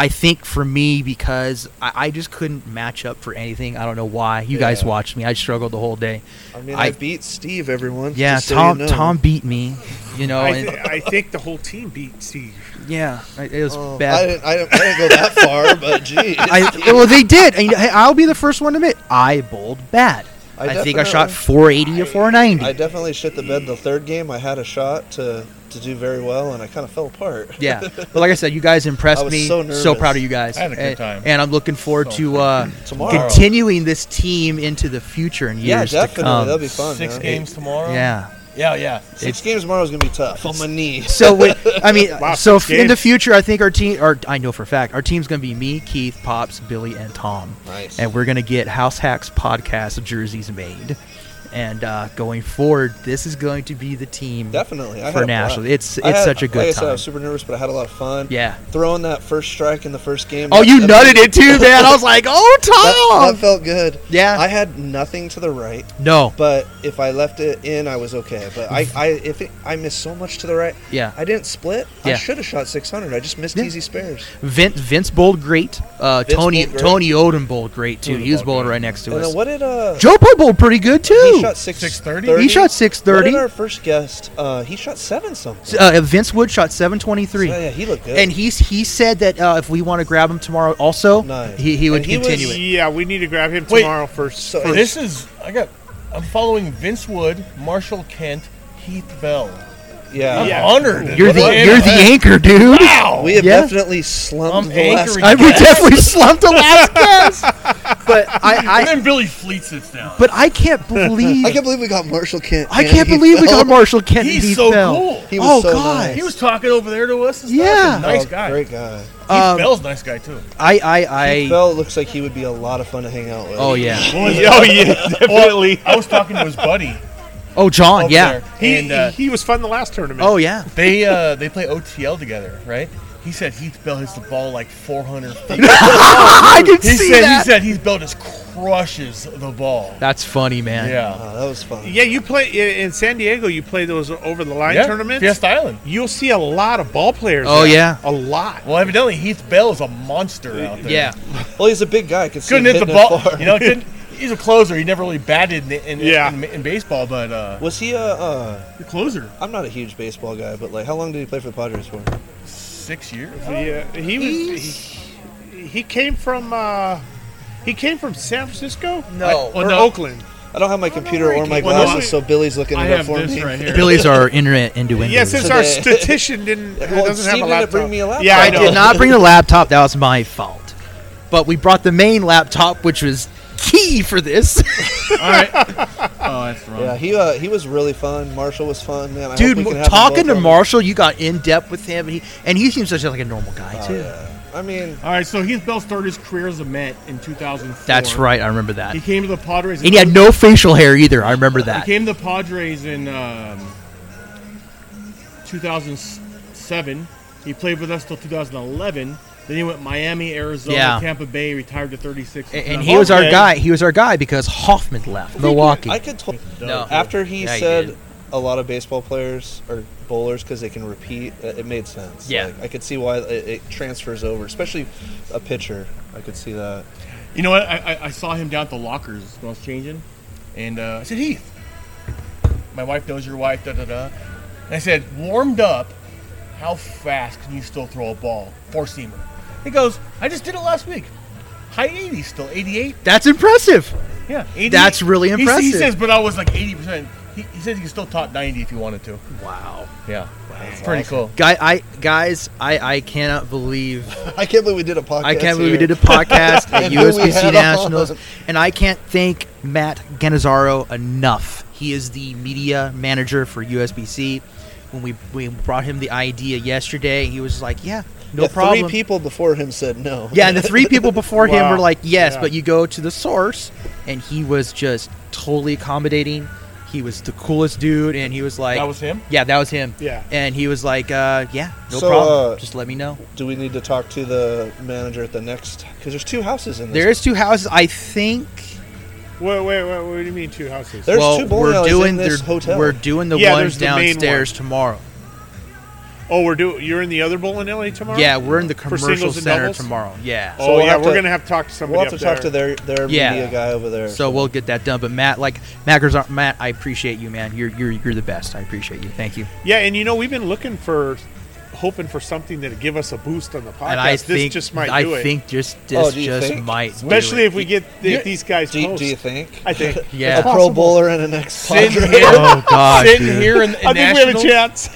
Speaker 1: I think for me because I, I just couldn't match up for anything. I don't know why. You guys
Speaker 8: Yeah.
Speaker 1: watched me. I struggled the whole day.
Speaker 8: I mean, I,
Speaker 1: I-
Speaker 8: beat Steve, everyone.
Speaker 1: Yeah,
Speaker 8: just so you
Speaker 1: Tom.
Speaker 8: know.
Speaker 1: Tom beat me. You
Speaker 2: *laughs*
Speaker 1: know.
Speaker 4: I,
Speaker 1: Oh, and,
Speaker 4: th- I think the whole team beat Steve.
Speaker 1: yeah, I- it was
Speaker 8: Oh,
Speaker 1: bad.
Speaker 8: I didn't, I, didn't, I didn't go that far, but gee,
Speaker 1: I, well, they did. And hey, I'll be the first one to admit, I bowled bad.
Speaker 8: I
Speaker 1: I, think I shot
Speaker 8: definitely-
Speaker 1: 480 or 490.
Speaker 8: I definitely shit the bed. The third game, I had a shot to to do very well, and I kind of fell apart.
Speaker 1: yeah, but like I said, you guys impressed
Speaker 8: I was
Speaker 1: me.
Speaker 8: so
Speaker 1: So,
Speaker 8: nervous.
Speaker 1: proud of you guys.
Speaker 11: I had a good
Speaker 1: and,
Speaker 11: time.
Speaker 1: and I'm looking forward
Speaker 11: So
Speaker 1: to uh,
Speaker 8: Tomorrow.
Speaker 1: continuing this team into the future and
Speaker 8: yeah,
Speaker 1: years
Speaker 8: definitely.
Speaker 1: to come.
Speaker 8: That'll be fun.
Speaker 11: six
Speaker 8: man.
Speaker 11: games tomorrow.
Speaker 1: yeah.
Speaker 11: yeah, yeah.
Speaker 8: Six games tomorrow is gonna be tough. On my knee.
Speaker 1: So when, I
Speaker 8: *laughs*
Speaker 1: mean,
Speaker 4: Wow,
Speaker 1: so
Speaker 4: six
Speaker 1: f- in the
Speaker 4: games.
Speaker 1: future, I think our team, or I know for a fact, our team's going to be me, Keith, Pops, Billy, and Tom.
Speaker 8: Nice.
Speaker 1: and we're gonna get House Hacks podcast jerseys made. And uh, going forward, this is going to be the team.
Speaker 8: Definitely. I
Speaker 1: for
Speaker 8: had a
Speaker 1: national.
Speaker 8: blast.
Speaker 1: It's it's
Speaker 8: I had-
Speaker 1: such a good
Speaker 8: like I
Speaker 1: time.
Speaker 8: said, I was super nervous, but I had a lot of fun.
Speaker 1: yeah.
Speaker 8: Throwing that first strike in the first game.
Speaker 1: Oh,
Speaker 8: that-
Speaker 1: you
Speaker 8: that-
Speaker 1: nutted it
Speaker 8: *laughs*
Speaker 1: too, man. I was like, oh,
Speaker 8: That,
Speaker 1: Tom.
Speaker 8: that felt good.
Speaker 1: yeah.
Speaker 8: I had nothing to the right,
Speaker 1: no.
Speaker 8: but if I left it in, I was okay. But I, I if it, I missed so much to the right,
Speaker 1: Yeah.
Speaker 8: I didn't split.
Speaker 1: Yeah.
Speaker 8: I should have shot 600. I just missed
Speaker 1: Yeah.
Speaker 8: easy spares.
Speaker 1: Vince Vince bowled great. Uh,
Speaker 8: Vince
Speaker 1: Tony
Speaker 8: bowled great.
Speaker 1: Tony Odom bowled great too.
Speaker 11: Odom
Speaker 1: he was
Speaker 11: bowled
Speaker 1: bowling
Speaker 11: great.
Speaker 1: right next to
Speaker 8: And
Speaker 1: us.
Speaker 8: then what did uh?
Speaker 1: Jopo bowled pretty good too.
Speaker 8: He shot 630.
Speaker 11: 630?
Speaker 1: He shot 630.
Speaker 8: What did our first guest? Uh, he shot seven something.
Speaker 1: uh, Vince Wood shot 723.
Speaker 8: So, yeah, he looked good.
Speaker 1: and he's he said that uh, if we want to grab him tomorrow, also
Speaker 8: Nice.
Speaker 1: he, he would
Speaker 8: And he was-
Speaker 1: continue it.
Speaker 4: Yeah, we need to grab him
Speaker 11: Wait.
Speaker 4: tomorrow first.
Speaker 8: So-
Speaker 4: first.
Speaker 11: This is I got. I'm following Vince Wood, Marshall Kent, Heath Bell.
Speaker 8: yeah.
Speaker 11: I'm
Speaker 4: Yeah.
Speaker 11: honored.
Speaker 1: You're the
Speaker 11: What an
Speaker 1: you're the
Speaker 11: event.
Speaker 1: anchor,
Speaker 8: *laughs*
Speaker 1: dude.
Speaker 11: Wow.
Speaker 8: We have
Speaker 1: Yeah.
Speaker 8: definitely slumped
Speaker 11: I'm
Speaker 8: the last.
Speaker 1: *laughs*
Speaker 11: anchoring.
Speaker 1: I, we definitely slumped the
Speaker 8: *laughs*
Speaker 1: last guess. But I,
Speaker 11: and
Speaker 1: I
Speaker 11: then Billy Fleet sits down.
Speaker 1: but I can't believe
Speaker 8: *laughs* I can't Oh, believe we got Marshall Kent.
Speaker 1: I
Speaker 8: man.
Speaker 1: can't
Speaker 8: He *laughs*
Speaker 1: believe we
Speaker 8: fell.
Speaker 1: got Marshall Kent. and
Speaker 11: He's
Speaker 1: Heath
Speaker 11: so
Speaker 1: Bell.
Speaker 11: cool.
Speaker 8: He was
Speaker 1: oh
Speaker 8: so
Speaker 1: God!
Speaker 8: nice.
Speaker 11: He was talking over there to us. And stuff.
Speaker 1: Yeah.
Speaker 11: He's a nice
Speaker 8: Oh,
Speaker 11: guy.
Speaker 8: Great guy.
Speaker 11: Heath
Speaker 1: Um,
Speaker 11: Bell's a nice guy too.
Speaker 1: I I I.
Speaker 8: Keith Bell looks like he would be a lot of fun to hang out with.
Speaker 1: oh yeah.
Speaker 4: oh *laughs* yeah, definitely.
Speaker 11: I was talking to his buddy.
Speaker 1: Oh John.
Speaker 11: up
Speaker 1: Yeah.
Speaker 11: there,
Speaker 4: He,
Speaker 11: and uh,
Speaker 4: he he was fun the last tournament.
Speaker 1: Oh yeah.
Speaker 11: they uh, they play OTL together, right? He said Heath Bell hits the ball
Speaker 1: *laughs*
Speaker 11: like 400 feet.
Speaker 1: *laughs* I did
Speaker 11: he
Speaker 1: see
Speaker 11: said
Speaker 1: that.
Speaker 11: he said Heath Bell just crushes the ball.
Speaker 1: That's funny, man.
Speaker 11: yeah.
Speaker 8: Oh, that was fun.
Speaker 4: yeah. You play in in San Diego. You play those over the line
Speaker 11: yeah.
Speaker 4: tournaments.
Speaker 11: Fiesta Island.
Speaker 4: You'll see a lot of ball players.
Speaker 1: Oh,
Speaker 4: there.
Speaker 1: yeah.
Speaker 4: a lot.
Speaker 11: Well, evidently Heath Bell is a monster out there.
Speaker 1: Yeah.
Speaker 8: Well, he's a big guy. I could see
Speaker 11: couldn't
Speaker 8: him
Speaker 11: hit the
Speaker 8: hitting it
Speaker 11: ball.
Speaker 8: far.
Speaker 11: You know, couldn't, he's a closer. He never really batted in, in,
Speaker 4: Yeah.
Speaker 11: in, in baseball, but uh,
Speaker 8: *laughs* Was he a? Uh,
Speaker 11: the closer
Speaker 8: I'm not a huge baseball guy, but like, how long did he play for the Padres for?
Speaker 11: six years.
Speaker 4: Yeah, he was. He, he came from. Uh, he came from San Francisco.
Speaker 1: No.
Speaker 4: or
Speaker 11: no.
Speaker 4: Oakland.
Speaker 8: I don't have my computer or my
Speaker 2: Well, no,
Speaker 8: glasses,
Speaker 2: I-
Speaker 8: so Billy's looking
Speaker 2: I
Speaker 8: it up
Speaker 2: have
Speaker 8: for
Speaker 2: this
Speaker 8: me.
Speaker 2: right
Speaker 11: *laughs*
Speaker 2: here.
Speaker 1: Billy's our internet innuendo.
Speaker 2: Yes, since our statistician didn't
Speaker 8: Well,
Speaker 2: doesn't have
Speaker 8: Steve
Speaker 2: a
Speaker 8: didn't
Speaker 2: laptop.
Speaker 8: bring me a laptop.
Speaker 2: Yeah, I
Speaker 1: I
Speaker 2: know.
Speaker 1: did not bring the laptop. That was my fault. But we brought the main laptop, which was key for this.
Speaker 11: All *laughs* right. Oh, that's wrong.
Speaker 8: Yeah, he uh, he was really fun. Marshall was fun, man. I hope
Speaker 1: Dude,
Speaker 8: we can have them
Speaker 1: talking
Speaker 8: both
Speaker 1: to
Speaker 8: on.
Speaker 1: Marshall, you got in depth with him, and he and he seems such like a normal guy
Speaker 8: Oh,
Speaker 1: too.
Speaker 8: yeah. I mean,
Speaker 11: all right. So Heath Bell started his career as a Met in 2004.
Speaker 1: That's right, I remember that.
Speaker 11: He came to the Padres,
Speaker 1: And he had no facial hair either. I remember that.
Speaker 11: He came to the Padres in um, 2007. He played with us till 2011. Then he went Miami, Arizona,
Speaker 1: Yeah.
Speaker 11: Tampa Bay. Retired to 36.
Speaker 1: And, and he was our guy. He was our guy because Hoffman left Milwaukee.
Speaker 8: I could. T-
Speaker 1: No.
Speaker 11: uh,
Speaker 8: After he
Speaker 1: Uh-huh. Yeah, he
Speaker 8: said
Speaker 1: did.
Speaker 8: a lot of baseball players are bowlers because they can repeat, uh, it made sense.
Speaker 1: Yeah.
Speaker 8: Like, I could see why it, it transfers over, especially a pitcher. I could see that. *laughs*
Speaker 11: You know what? I, I, I saw him down at the lockers when I was changing, and uh, I said, Heath, my wife knows your wife, da da da. And I said, warmed up, how fast can you still throw a ball? Four seamer. He goes, I just did it last week. High 80s, still 88.
Speaker 1: That's impressive.
Speaker 11: Yeah, 88.
Speaker 1: That's really
Speaker 11: He s- He,
Speaker 1: impressive.
Speaker 11: says, but I was like 80%. He, he says you can still top 90 if you wanted to.
Speaker 1: Wow.
Speaker 11: Yeah. It's pretty cool.
Speaker 1: Guy, I guys, I I cannot
Speaker 8: *laughs*
Speaker 1: believe
Speaker 8: I can't believe we did a podcast.
Speaker 1: I can't believe we
Speaker 8: here. *laughs*
Speaker 1: did a podcast at
Speaker 8: And who we
Speaker 1: USBC
Speaker 8: had
Speaker 1: Nationals,
Speaker 8: on.
Speaker 1: and I can't thank Matt Ganazzaro enough. He is the media manager for USBC. When we we brought him the idea yesterday, he was like, "Yeah, no
Speaker 8: The
Speaker 1: problem."
Speaker 8: Three people before him said no.
Speaker 1: yeah, and the three people before him
Speaker 8: Wow.
Speaker 1: were like, "Yes,"
Speaker 8: Yeah.
Speaker 1: but you go to the source, and he was just totally accommodating. He was the coolest dude, and he was like,
Speaker 11: That was him?
Speaker 1: Yeah, that was him.
Speaker 11: Yeah.
Speaker 1: and he was like, uh, "Yeah, no
Speaker 8: So,
Speaker 1: problem.
Speaker 8: uh,
Speaker 1: Just let me know."
Speaker 8: Do we need to talk to the manager at the next? Because there's two houses in this.
Speaker 1: There is two houses. I think
Speaker 2: Wait, wait, wait. What do you mean two houses?
Speaker 8: There's
Speaker 1: well,
Speaker 8: two bowling
Speaker 1: we're
Speaker 8: alleys
Speaker 1: doing
Speaker 8: in this
Speaker 1: the-
Speaker 8: hotel.
Speaker 1: We're doing the
Speaker 2: Yeah,
Speaker 1: ones
Speaker 2: there's the main
Speaker 1: downstairs tomorrow.
Speaker 2: Oh, we're doing. You're in the other bowling alley tomorrow.
Speaker 1: Yeah, we're in the
Speaker 2: For
Speaker 1: commercial
Speaker 2: singles and
Speaker 1: center
Speaker 2: doubles?
Speaker 1: tomorrow. Yeah.
Speaker 2: Oh
Speaker 1: So
Speaker 8: we'll
Speaker 2: yeah,
Speaker 8: have
Speaker 2: we're
Speaker 8: to-
Speaker 2: gonna have to talk to somebody.
Speaker 8: We'll have
Speaker 2: up
Speaker 8: to talk to
Speaker 2: there.
Speaker 8: their their
Speaker 1: Yeah.
Speaker 8: media guy over there.
Speaker 1: So we'll get that done. But Matt, like Matt, Garzar- Matt, I appreciate you, man. You're you're you're the best. I appreciate you. Thank you.
Speaker 2: Yeah, and you know we've been looking for, hoping for something that'd give us a boost on the podcast.
Speaker 1: and I
Speaker 2: this
Speaker 1: think
Speaker 2: just might
Speaker 1: I
Speaker 2: do it.
Speaker 1: think just
Speaker 8: Oh,
Speaker 1: this
Speaker 8: do you
Speaker 1: just
Speaker 8: think?
Speaker 1: might. do
Speaker 2: especially
Speaker 1: it.
Speaker 2: if we get if these guys
Speaker 8: Do, you-
Speaker 2: post.
Speaker 8: do you think?
Speaker 2: I think.
Speaker 1: Yeah.
Speaker 8: A
Speaker 2: *laughs*
Speaker 8: pro bowler and an ex
Speaker 11: Sitting
Speaker 8: Padre.
Speaker 11: here,
Speaker 1: Oh, God,
Speaker 11: sitting
Speaker 1: dude.
Speaker 11: here in,
Speaker 9: *laughs*
Speaker 11: in
Speaker 2: I think we have a
Speaker 11: Nationals.
Speaker 2: chance.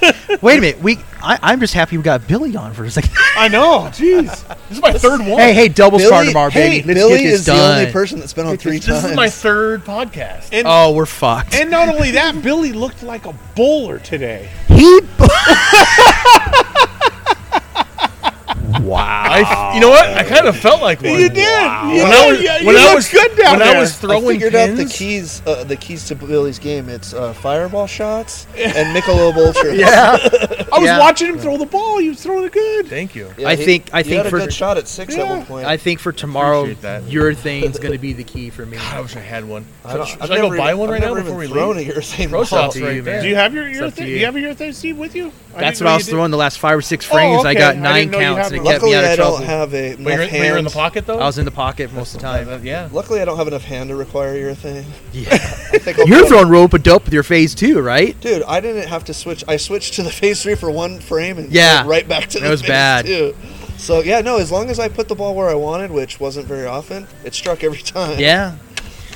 Speaker 1: Wait a minute. We I, I'm just happy we got Billy on for a second.
Speaker 2: I know. Jeez.
Speaker 11: This is my third one.
Speaker 1: hey, hey, double star
Speaker 8: Billy-
Speaker 1: tomorrow,
Speaker 8: hey,
Speaker 1: baby. Let's
Speaker 8: Billy
Speaker 1: get this
Speaker 8: is
Speaker 1: done.
Speaker 8: the only person that's been on three
Speaker 11: this
Speaker 8: times.
Speaker 11: is my third podcast.
Speaker 2: And,
Speaker 1: oh, we're fucked.
Speaker 2: and not only that, Billy looked like a bowler today.
Speaker 1: he. wow.
Speaker 11: I f you know what? I kind of felt like one.
Speaker 2: You did. You
Speaker 11: When
Speaker 2: know,
Speaker 11: I was,
Speaker 2: yeah, you
Speaker 11: when I
Speaker 2: look
Speaker 11: was
Speaker 2: good down
Speaker 11: when
Speaker 2: there.
Speaker 11: I was throwing
Speaker 8: I figured
Speaker 11: pins,
Speaker 8: out the keys, uh, the keys to Billy's game. It's uh, fireball shots and
Speaker 1: *laughs*
Speaker 8: Michelob Ultra.
Speaker 2: I was
Speaker 1: Yeah.
Speaker 2: watching him throw the ball. He was throwing it good.
Speaker 11: Thank you.
Speaker 1: I
Speaker 8: he-
Speaker 1: think- I
Speaker 8: you
Speaker 1: think
Speaker 8: had a
Speaker 1: for-
Speaker 8: good shot at six at
Speaker 2: Yeah.
Speaker 8: one point.
Speaker 1: I think for tomorrow,
Speaker 11: Appreciate that.
Speaker 1: your thing's going to be the key for me.
Speaker 11: God, I wish I had one.
Speaker 8: I don't-
Speaker 11: should
Speaker 8: I've
Speaker 11: I go
Speaker 8: never
Speaker 11: buy
Speaker 8: even-
Speaker 11: one
Speaker 8: I've
Speaker 11: right now
Speaker 8: never
Speaker 11: before we
Speaker 8: even thrown
Speaker 11: leave?
Speaker 8: a urethane
Speaker 11: Pro
Speaker 8: ball.
Speaker 11: shops
Speaker 1: to you,
Speaker 11: right
Speaker 1: man.
Speaker 11: there.
Speaker 2: Do you have your
Speaker 1: It's
Speaker 2: ear
Speaker 1: up to
Speaker 2: thing? Do
Speaker 1: you.
Speaker 2: you have your ear Steve, with you? I
Speaker 1: That's what
Speaker 2: didn't know
Speaker 1: I
Speaker 2: you
Speaker 1: was
Speaker 2: did.
Speaker 1: throwing the last five or six
Speaker 2: Oh,
Speaker 1: frames. I
Speaker 2: okay. I
Speaker 1: got
Speaker 2: didn't
Speaker 1: nine
Speaker 2: know you
Speaker 1: counts,
Speaker 2: had
Speaker 1: and it kept
Speaker 2: one.
Speaker 8: Luckily,
Speaker 1: me out
Speaker 8: I
Speaker 1: of trouble.
Speaker 8: don't have a.
Speaker 11: Wait, you're,
Speaker 8: enough
Speaker 11: wait, you're in the
Speaker 8: hand-
Speaker 11: pocket though.
Speaker 1: I was in the pocket most of the time.
Speaker 11: Uh, yeah.
Speaker 8: Luckily, I don't have enough hand to require urethane.
Speaker 1: Yeah.
Speaker 8: *laughs* I think I'll
Speaker 1: You're
Speaker 8: put-
Speaker 1: throwing rope a dope with your phase too, right?
Speaker 8: Dude, I didn't have to switch. I switched to the *laughs* phase three for one frame and
Speaker 1: Yeah.
Speaker 8: went right back to
Speaker 1: That
Speaker 8: the
Speaker 1: was
Speaker 8: phase
Speaker 1: bad.
Speaker 8: two. So yeah, no. As long as I put the ball where I wanted, which wasn't very often, it struck every *laughs*
Speaker 1: *laughs*
Speaker 8: time.
Speaker 1: Yeah.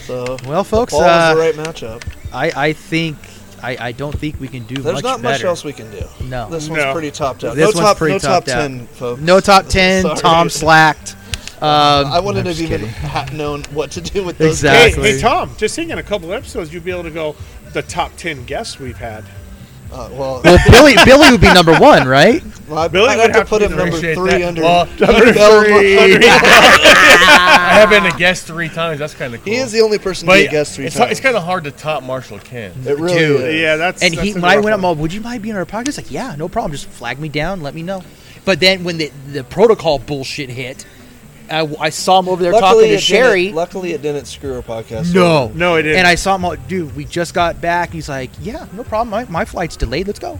Speaker 8: So
Speaker 1: Well, folks,
Speaker 8: ball
Speaker 1: uh,
Speaker 8: was the right matchup.
Speaker 1: I, I think I, I don't think we can do
Speaker 8: There's
Speaker 1: much
Speaker 8: not
Speaker 1: better.
Speaker 8: much else we can do.
Speaker 1: No.
Speaker 8: This one's
Speaker 2: No.
Speaker 8: pretty topped out.
Speaker 1: This
Speaker 8: no
Speaker 1: one's
Speaker 8: top,
Speaker 1: pretty
Speaker 8: no top
Speaker 1: topped out.
Speaker 8: ten, folks.
Speaker 1: no
Speaker 8: *laughs*
Speaker 1: top ten.
Speaker 8: Sorry.
Speaker 1: Tom slacked. Um,
Speaker 8: *laughs* I
Speaker 1: I'm
Speaker 8: wouldn't have
Speaker 1: just
Speaker 8: even
Speaker 1: kidding.
Speaker 8: ha- known what to do with those.
Speaker 2: Hey,
Speaker 1: Exactly.
Speaker 2: hey, Tom, just think in a couple episodes, you'd be able to go the top 10 guests we've had.
Speaker 8: guys. Uh,
Speaker 1: *laughs*
Speaker 8: well, *laughs*
Speaker 1: Well, Billy Billy would be number one, right?
Speaker 8: I,
Speaker 2: Billy
Speaker 8: I'd have
Speaker 2: would
Speaker 8: to
Speaker 2: have
Speaker 8: put
Speaker 2: to
Speaker 8: him number
Speaker 11: Appreciate
Speaker 8: three
Speaker 11: that.
Speaker 8: under. *laughs*
Speaker 11: Well,
Speaker 8: under three.
Speaker 11: I have been a guest three times. That's kind of cool.
Speaker 8: He is the only person to
Speaker 11: But
Speaker 8: be a guest three
Speaker 11: it's,
Speaker 8: times.
Speaker 11: it's kind of hard to top Marshall Ken.
Speaker 8: it really
Speaker 1: Dude.
Speaker 8: is.
Speaker 2: Yeah, that's.
Speaker 1: And
Speaker 2: that's
Speaker 1: he,
Speaker 2: a
Speaker 1: when I
Speaker 2: rough
Speaker 1: went up,
Speaker 2: one.
Speaker 1: all, would you mind being on our podcast? He's like, yeah, no problem. Just flag me down, let me know. But then when the, the protocol bullshit hit, I, I saw him over there talking
Speaker 8: it
Speaker 1: to
Speaker 8: didn't-
Speaker 1: Sherry.
Speaker 8: Luckily, it didn't screw our podcast.
Speaker 1: No,
Speaker 2: No, it didn't.
Speaker 1: And I saw him, all, dude. We just got back. He's like, yeah, no problem. My, my flight's delayed. Let's go.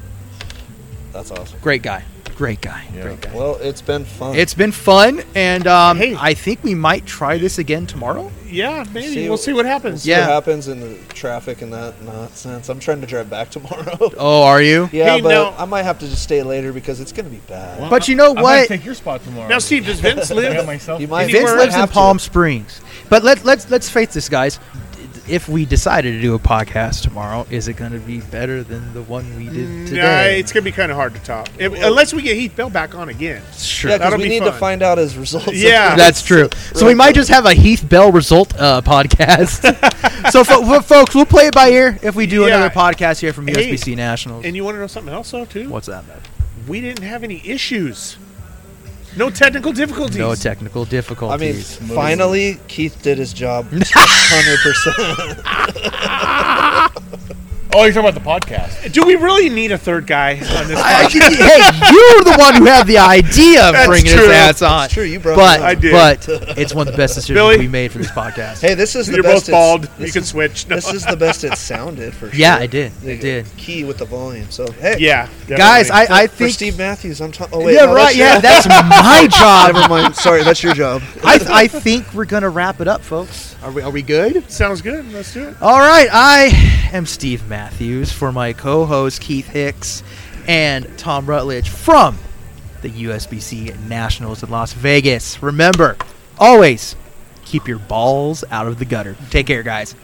Speaker 8: that's awesome.
Speaker 1: Great guy. Great guy.
Speaker 11: Yeah.
Speaker 1: Great guy.
Speaker 8: Well, it's been fun.
Speaker 1: It's been fun, and um,
Speaker 2: Hey.
Speaker 1: I think we might try this again tomorrow.
Speaker 2: Yeah, maybe.
Speaker 8: See-
Speaker 2: we'll see what happens.
Speaker 8: See what
Speaker 1: yeah.
Speaker 8: happens in the traffic and that nonsense. I'm trying to drive back
Speaker 2: *laughs*
Speaker 8: tomorrow.
Speaker 1: Oh, are you?
Speaker 8: yeah,
Speaker 2: Hey,
Speaker 8: but
Speaker 2: now-
Speaker 8: I might have to just stay later because it's gonna be bad.
Speaker 11: Well,
Speaker 1: But
Speaker 11: I-
Speaker 1: you know
Speaker 11: I might
Speaker 1: what?
Speaker 11: take your spot tomorrow.
Speaker 2: Now, Steve, does Vince
Speaker 11: I got
Speaker 2: live?
Speaker 11: myself.
Speaker 8: You might-
Speaker 1: Vince
Speaker 2: Anywhere
Speaker 1: lives
Speaker 8: I
Speaker 1: in
Speaker 8: have to.
Speaker 1: Palm Springs, but let let's let's face this, guys.
Speaker 10: if we decided to do a podcast tomorrow, is it going to be better than the one we did
Speaker 2: Nah,
Speaker 10: today?
Speaker 2: Mm, it's gonna be kind of hard to top, If- unless we get Heath Bell back on again.
Speaker 10: Sure.
Speaker 8: Yeah, 'cause
Speaker 2: that'll
Speaker 8: we
Speaker 2: be
Speaker 8: need
Speaker 2: fun.
Speaker 8: to find out his results. *laughs*
Speaker 2: Yeah.
Speaker 10: That's true.
Speaker 6: So we might just have a Heath Bell result uh, podcast.
Speaker 1: so, fo- fo- folks, we'll play it by ear if we do
Speaker 2: Yeah.
Speaker 1: another podcast here from
Speaker 2: Hey,
Speaker 1: USBC Nationals.
Speaker 2: And you want to know something else, though, too?
Speaker 10: What's that, man?
Speaker 2: We didn't have any issues. No technical difficulties.
Speaker 10: No technical
Speaker 8: I mean, *laughs*
Speaker 10: difficulties.
Speaker 8: finally, Keith did
Speaker 1: *laughs*
Speaker 8: his job. Hundred percent.
Speaker 2: Oh, you're talking about the podcast. Do we really need a third guy on this
Speaker 1: I- *laughs*
Speaker 2: podcast?
Speaker 1: hey, you're the one who had the idea of
Speaker 2: That's
Speaker 1: bringing his
Speaker 2: true.
Speaker 1: ass on.
Speaker 8: That's true, you brought
Speaker 1: but,
Speaker 8: it up. I did.
Speaker 1: But it's one of the best decisions
Speaker 8: Billy?
Speaker 1: we made for this podcast.
Speaker 8: Hey, this is the
Speaker 2: You're both
Speaker 8: best. it's-
Speaker 2: bald.
Speaker 8: this
Speaker 2: You can
Speaker 8: is-
Speaker 2: switch. No.
Speaker 8: This is the best it sounded for sure.
Speaker 1: Yeah, it did. It
Speaker 8: Like,
Speaker 1: did.
Speaker 8: Key with the volume. So hey,
Speaker 2: Yeah,
Speaker 1: Guys, I- I
Speaker 8: For
Speaker 1: think-
Speaker 8: Steve Matthews. I'm talking. Oh wait,
Speaker 1: Yeah,
Speaker 8: no,
Speaker 1: right,
Speaker 8: your-
Speaker 1: yeah,
Speaker 8: *laughs*
Speaker 1: that's my job.
Speaker 8: Never mind. Sorry, that's
Speaker 1: *laughs*
Speaker 8: your job.
Speaker 1: I, I think we're gonna wrap it up, folks. Are we? Are we good?
Speaker 2: Sounds good. Let's do it.
Speaker 1: All right, I am Steve Matthews for my co-host Keith Hicks and Tom Rutledge from
Speaker 10: the USBC Nationals in Las Vegas. Remember, always keep your balls out of the gutter. Take care, guys.